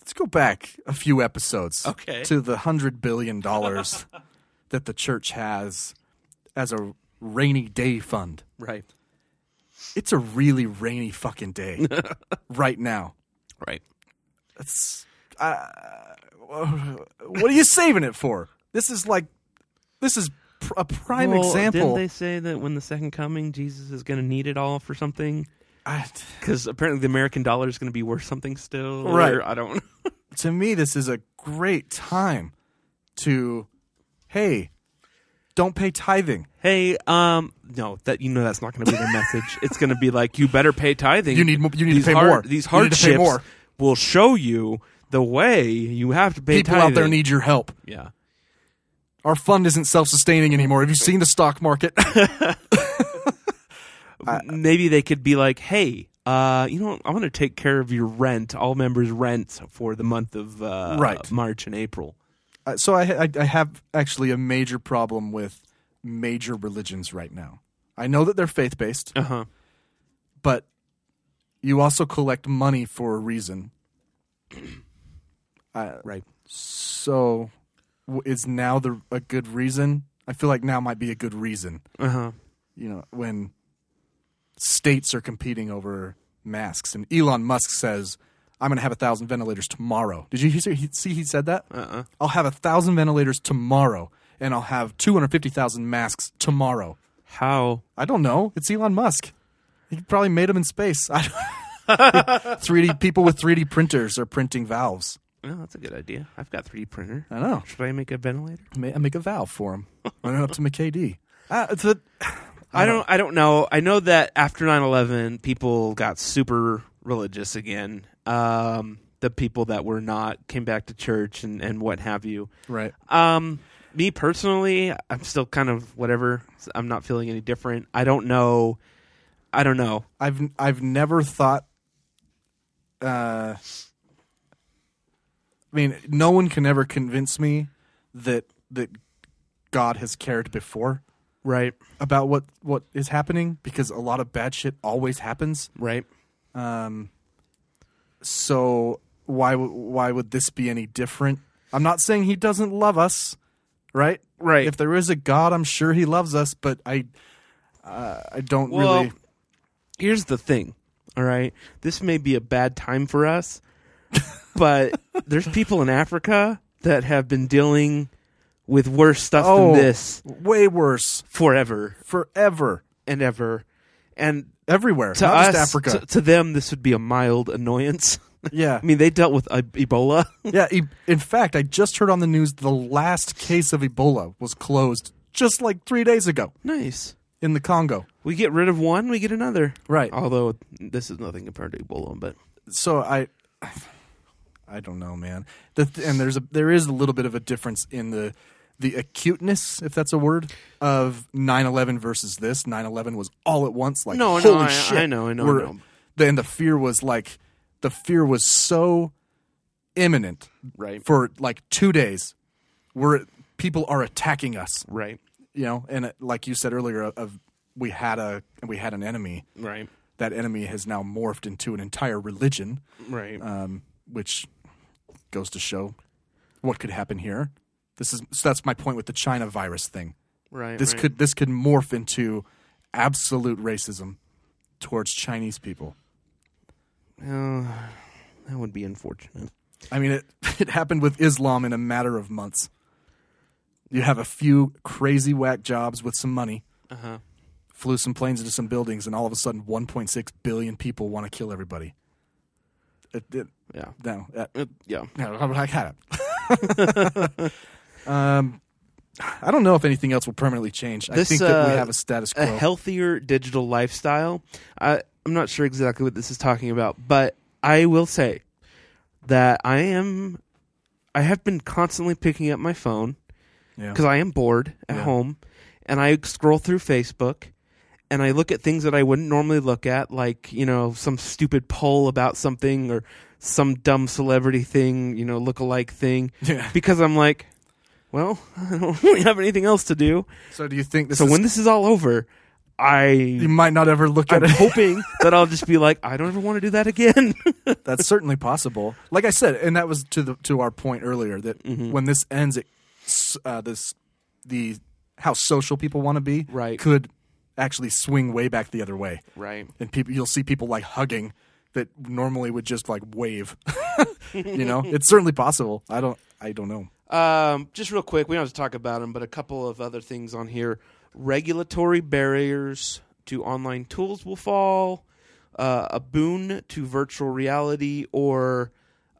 Let's go back a few episodes, Okay. to the hundred billion dollars that the church has as a rainy day fund. Right. It's a really rainy fucking day right now. Right. That's uh, what are you saving it for? This is like this is pr- a prime Well, example. Didn't they say that when the second coming, Jesus is going to need it all for something? Because apparently the American dollar is going to be worth something still. Right. or I don't. to me, this is a great time to, hey, don't pay tithing. Hey, um, no, that you know that's not going to be the message. It's going to be like you better pay tithing. You need mo- you need to These pay hard- more. These You need to hardships pay more. will show you the way you have to pay. People out there tithing. need your help. Yeah. Our fund isn't self sustaining anymore. Have you seen the stock market? maybe they could be like, hey, uh, you know, I want to take care of your rent, all members' rent for the month of uh, Right. March and April. Uh, so I, I, I have actually a major problem with major religions right now. I know that they're faith based, Uh huh. but you also collect money for a reason. Uh, right. So w- is now the a good reason? I feel like now might be a good reason. Uh huh. You know, when states are competing over masks, and Elon Musk says, "I'm going to have a thousand ventilators tomorrow." Did you hear- he- see he said that? Uh-uh. I'll have a thousand ventilators tomorrow, and I'll have two hundred fifty thousand masks tomorrow. How? I don't know. It's Elon Musk. He probably made them in space. I don't- 3D people with 3D printers are printing valves. Well, that's a good idea. I've got 3D printer. I know. Should I make a ventilator? Ma- I make a valve for him. Run it up to McKD. Uh, it's a- I don't. I don't know. I know that after 9-11, people got super religious again. Um, the people that were not came back to church and and what have you. right. Um, me personally, I'm still kind of whatever. I'm not feeling any different. I don't know. I don't know. I've I've never thought. Uh, I mean, no one can ever convince me that that God has cared before Right. about what what is happening because a lot of bad shit always happens. Right. Um, so why w- why would this be any different? I'm not saying he doesn't love us, right? Right. If there is a God, I'm sure he loves us, but I uh, I don't Well, really. here's the thing. All right. This may be a bad time for us, but there's people in Africa that have been dealing with worse stuff Oh, than this way worse forever forever and ever. And everywhere, to not us, just Africa. To, to them, this would be a mild annoyance. yeah, I mean, they dealt with uh, Ebola. yeah. E- in fact, I just heard on the news the last case of Ebola was closed just like three days ago nice. in the Congo. We get rid of one, we get another. Right. Although this is nothing compared to Ebola, but so I, I don't know, man. The th- and there's a there is a little bit of a difference in the the acuteness, if that's a word, of 9/11 versus this. 9/11 was all at once, like No, no, holy I- shit. I know, I know, I know. Then the fear was like the fear was so imminent right, for like two days, where people are attacking us, right, you know, and uh, like you said earlier, of- of we had a we had an enemy. right, That enemy has now morphed into an entire religion right. um, which goes to show what could happen here. This is so that's my point with the China virus thing. right. This right. could this could morph into absolute racism towards Chinese people. Uh, that would be unfortunate. I mean, it it happened with Islam in a matter of months. You have a few crazy whack jobs with some money, Uh huh. flew some planes into some buildings, and all of a sudden, 1.6 billion people want to kill everybody. It, it, Yeah. no, that- Uh, yeah. um, I don't know if anything else will permanently change. I This, think that we uh, have a status quo. A healthier digital lifestyle. I, I'm not sure exactly what this is talking about, but I will say that I am. I have been constantly picking up my phone yeah. because I am bored at Yeah. home, and I scroll through Facebook, and I look at things that I wouldn't normally look at, like you know some stupid poll about something or some dumb celebrity thing, you know, lookalike thing, Yeah. because I'm like, well, I don't really have anything else to do. So do you think this? so is, when this is all over, you I might not ever look I'm at it. hoping that I'll just be like, I don't ever want to do that again. That's certainly possible. Like I said, and that was Mm-hmm. to the to our point earlier that when this ends, it s- uh, this the how social people want to be Right. could actually swing way back the other way. Right. And people you'll see people like hugging that normally would just like wave. you know, it's certainly possible. I don't I don't know. Um, just real quick, we don't have to talk about them, but a couple of other things on here. Regulatory barriers to online tools will fall. Uh, a boon to virtual reality, or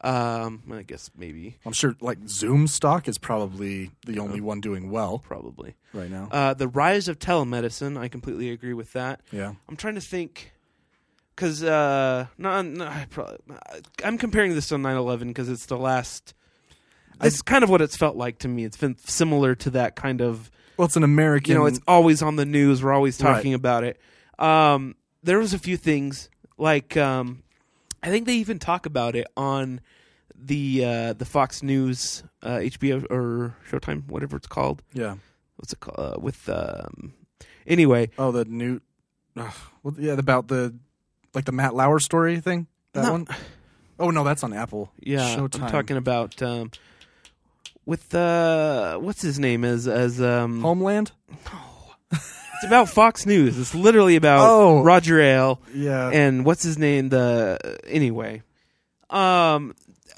um, I guess maybe I'm sure like Zoom stock is probably the only one doing well probably right now. Uh, the rise of telemedicine. I completely agree with that. Yeah. I'm trying to think. Because uh, no, no, I probably, I'm comparing this to 9/11 because it's the last. It's kind of what it's felt like to me. It's been similar to that kind of well, it's an American you know, it's always on the news. We're always Right. talking about it. Um, there was a few things like um, I think they even talk about it on the uh, the Fox News, uh, HBO or Showtime, whatever it's called. Yeah. what's it called? Uh, with um, anyway, Oh, the new. Ugh. Well, yeah, about the like the Matt Lauer story thing. That No. one. Oh no, that's on Apple. yeah, Showtime. I'm talking about um, with uh, what's his name as as um, Homeland. it's about Fox News. It's literally about Oh. Roger Ale. Yeah. and what's his name the anyway um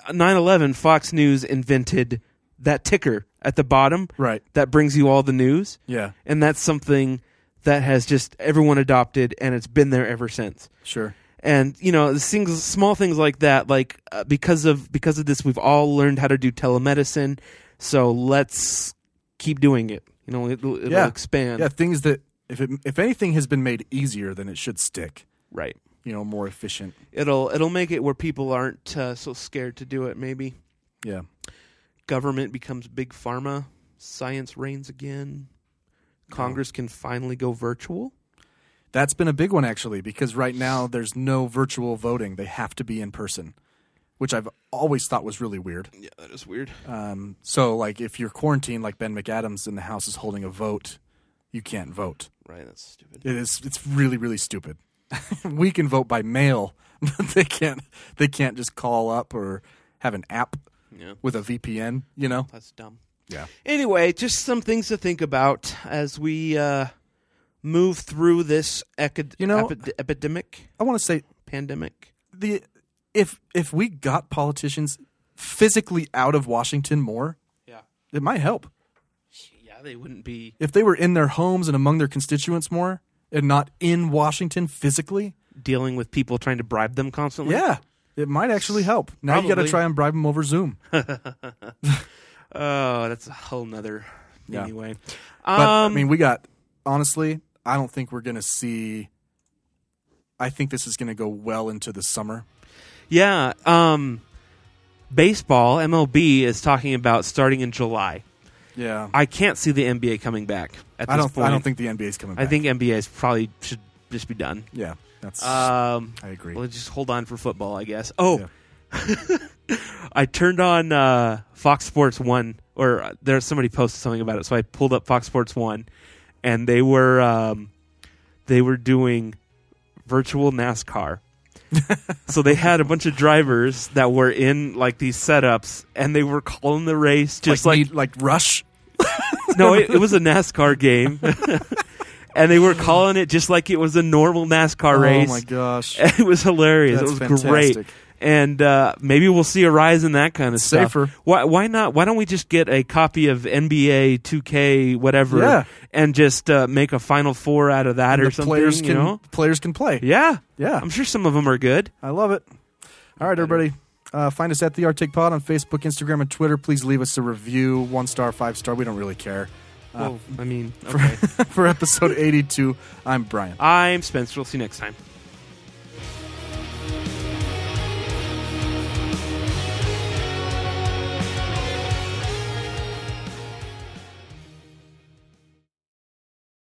9-11 fox news invented that ticker at the bottom Right. that brings you all the news Yeah. and that's something that has just everyone adopted and it's been there ever since Sure. and you know the things small things like that like uh, because of because of this we've all learned how to do telemedicine so let's keep doing it you know it'll, it'll Yeah. expand Yeah, things that if it, if anything has been made easier, then it should stick. right You know, more efficient. it'll it'll make it where people aren't uh, so scared to do it maybe Yeah. government becomes big pharma, science reigns again, Congress can finally go virtual. That's been a big one actually, because right now there's no virtual voting; they have to be in person, which I've always thought was really weird. Yeah, that is weird. Um, so, like, if you're quarantined, like Ben McAdams in the House is holding a vote, you can't vote. Right, that's stupid. It is. It's really, really stupid. we can vote by mail, but they can't. They can't just call up or have an app Yeah. with a VPN. You know. That's dumb. Yeah. Anyway, just some things to think about as we uh, move through this ecod- You know- epid- epidemic, I want to say pandemic. the if if we got politicians physically out of Washington more, Yeah. it might help. Yeah, they wouldn't be. If they were in their homes and among their constituents more, and not in Washington physically, Dealing with people trying to bribe them constantly. yeah, it might actually help. Now you got to Probably. try and bribe them over Zoom. Oh, that's a whole nother. Yeah. Anyway. But Um, I mean, we got honestly. I don't think we're gonna see. I think this is gonna go well into the summer. Yeah. Um, baseball, MLB, is talking about starting in July. Yeah, I can't see the NBA coming back at this I don't. point. I don't think the NBA's coming. I Back. think NBA is probably should just be done. Yeah, that's. Um, I agree. Well, just hold on for football, I guess. Oh, I turned on uh, Fox Sports One, or uh, there's somebody posted something about it, so I pulled up Fox Sports One, and they were um, they were doing virtual NASCAR. so they had a bunch of drivers that were in like these setups, and they were calling the race just like need- like Rush. no, it, it was a NASCAR game. and they were calling it just like it was a normal NASCAR race. Oh my gosh. It was hilarious. That's it was fantastic. great. And uh, maybe we'll see a rise in that kind of stuff. Safer. Why, why not? Why don't we just get a copy of NBA 2K, whatever, Yeah. and just uh, make a Final Four out of that or The something? players can you know? players can play. Yeah, Yeah. I'm sure some of them are good. I love it. All right, everybody. Uh, find us at the Arctic Pod on Facebook, Instagram, and Twitter. Please leave us a review, one star, five star. We don't really care. well, I mean, okay. For episode 82, I'm Brian. I'm Spencer. We'll see you next time.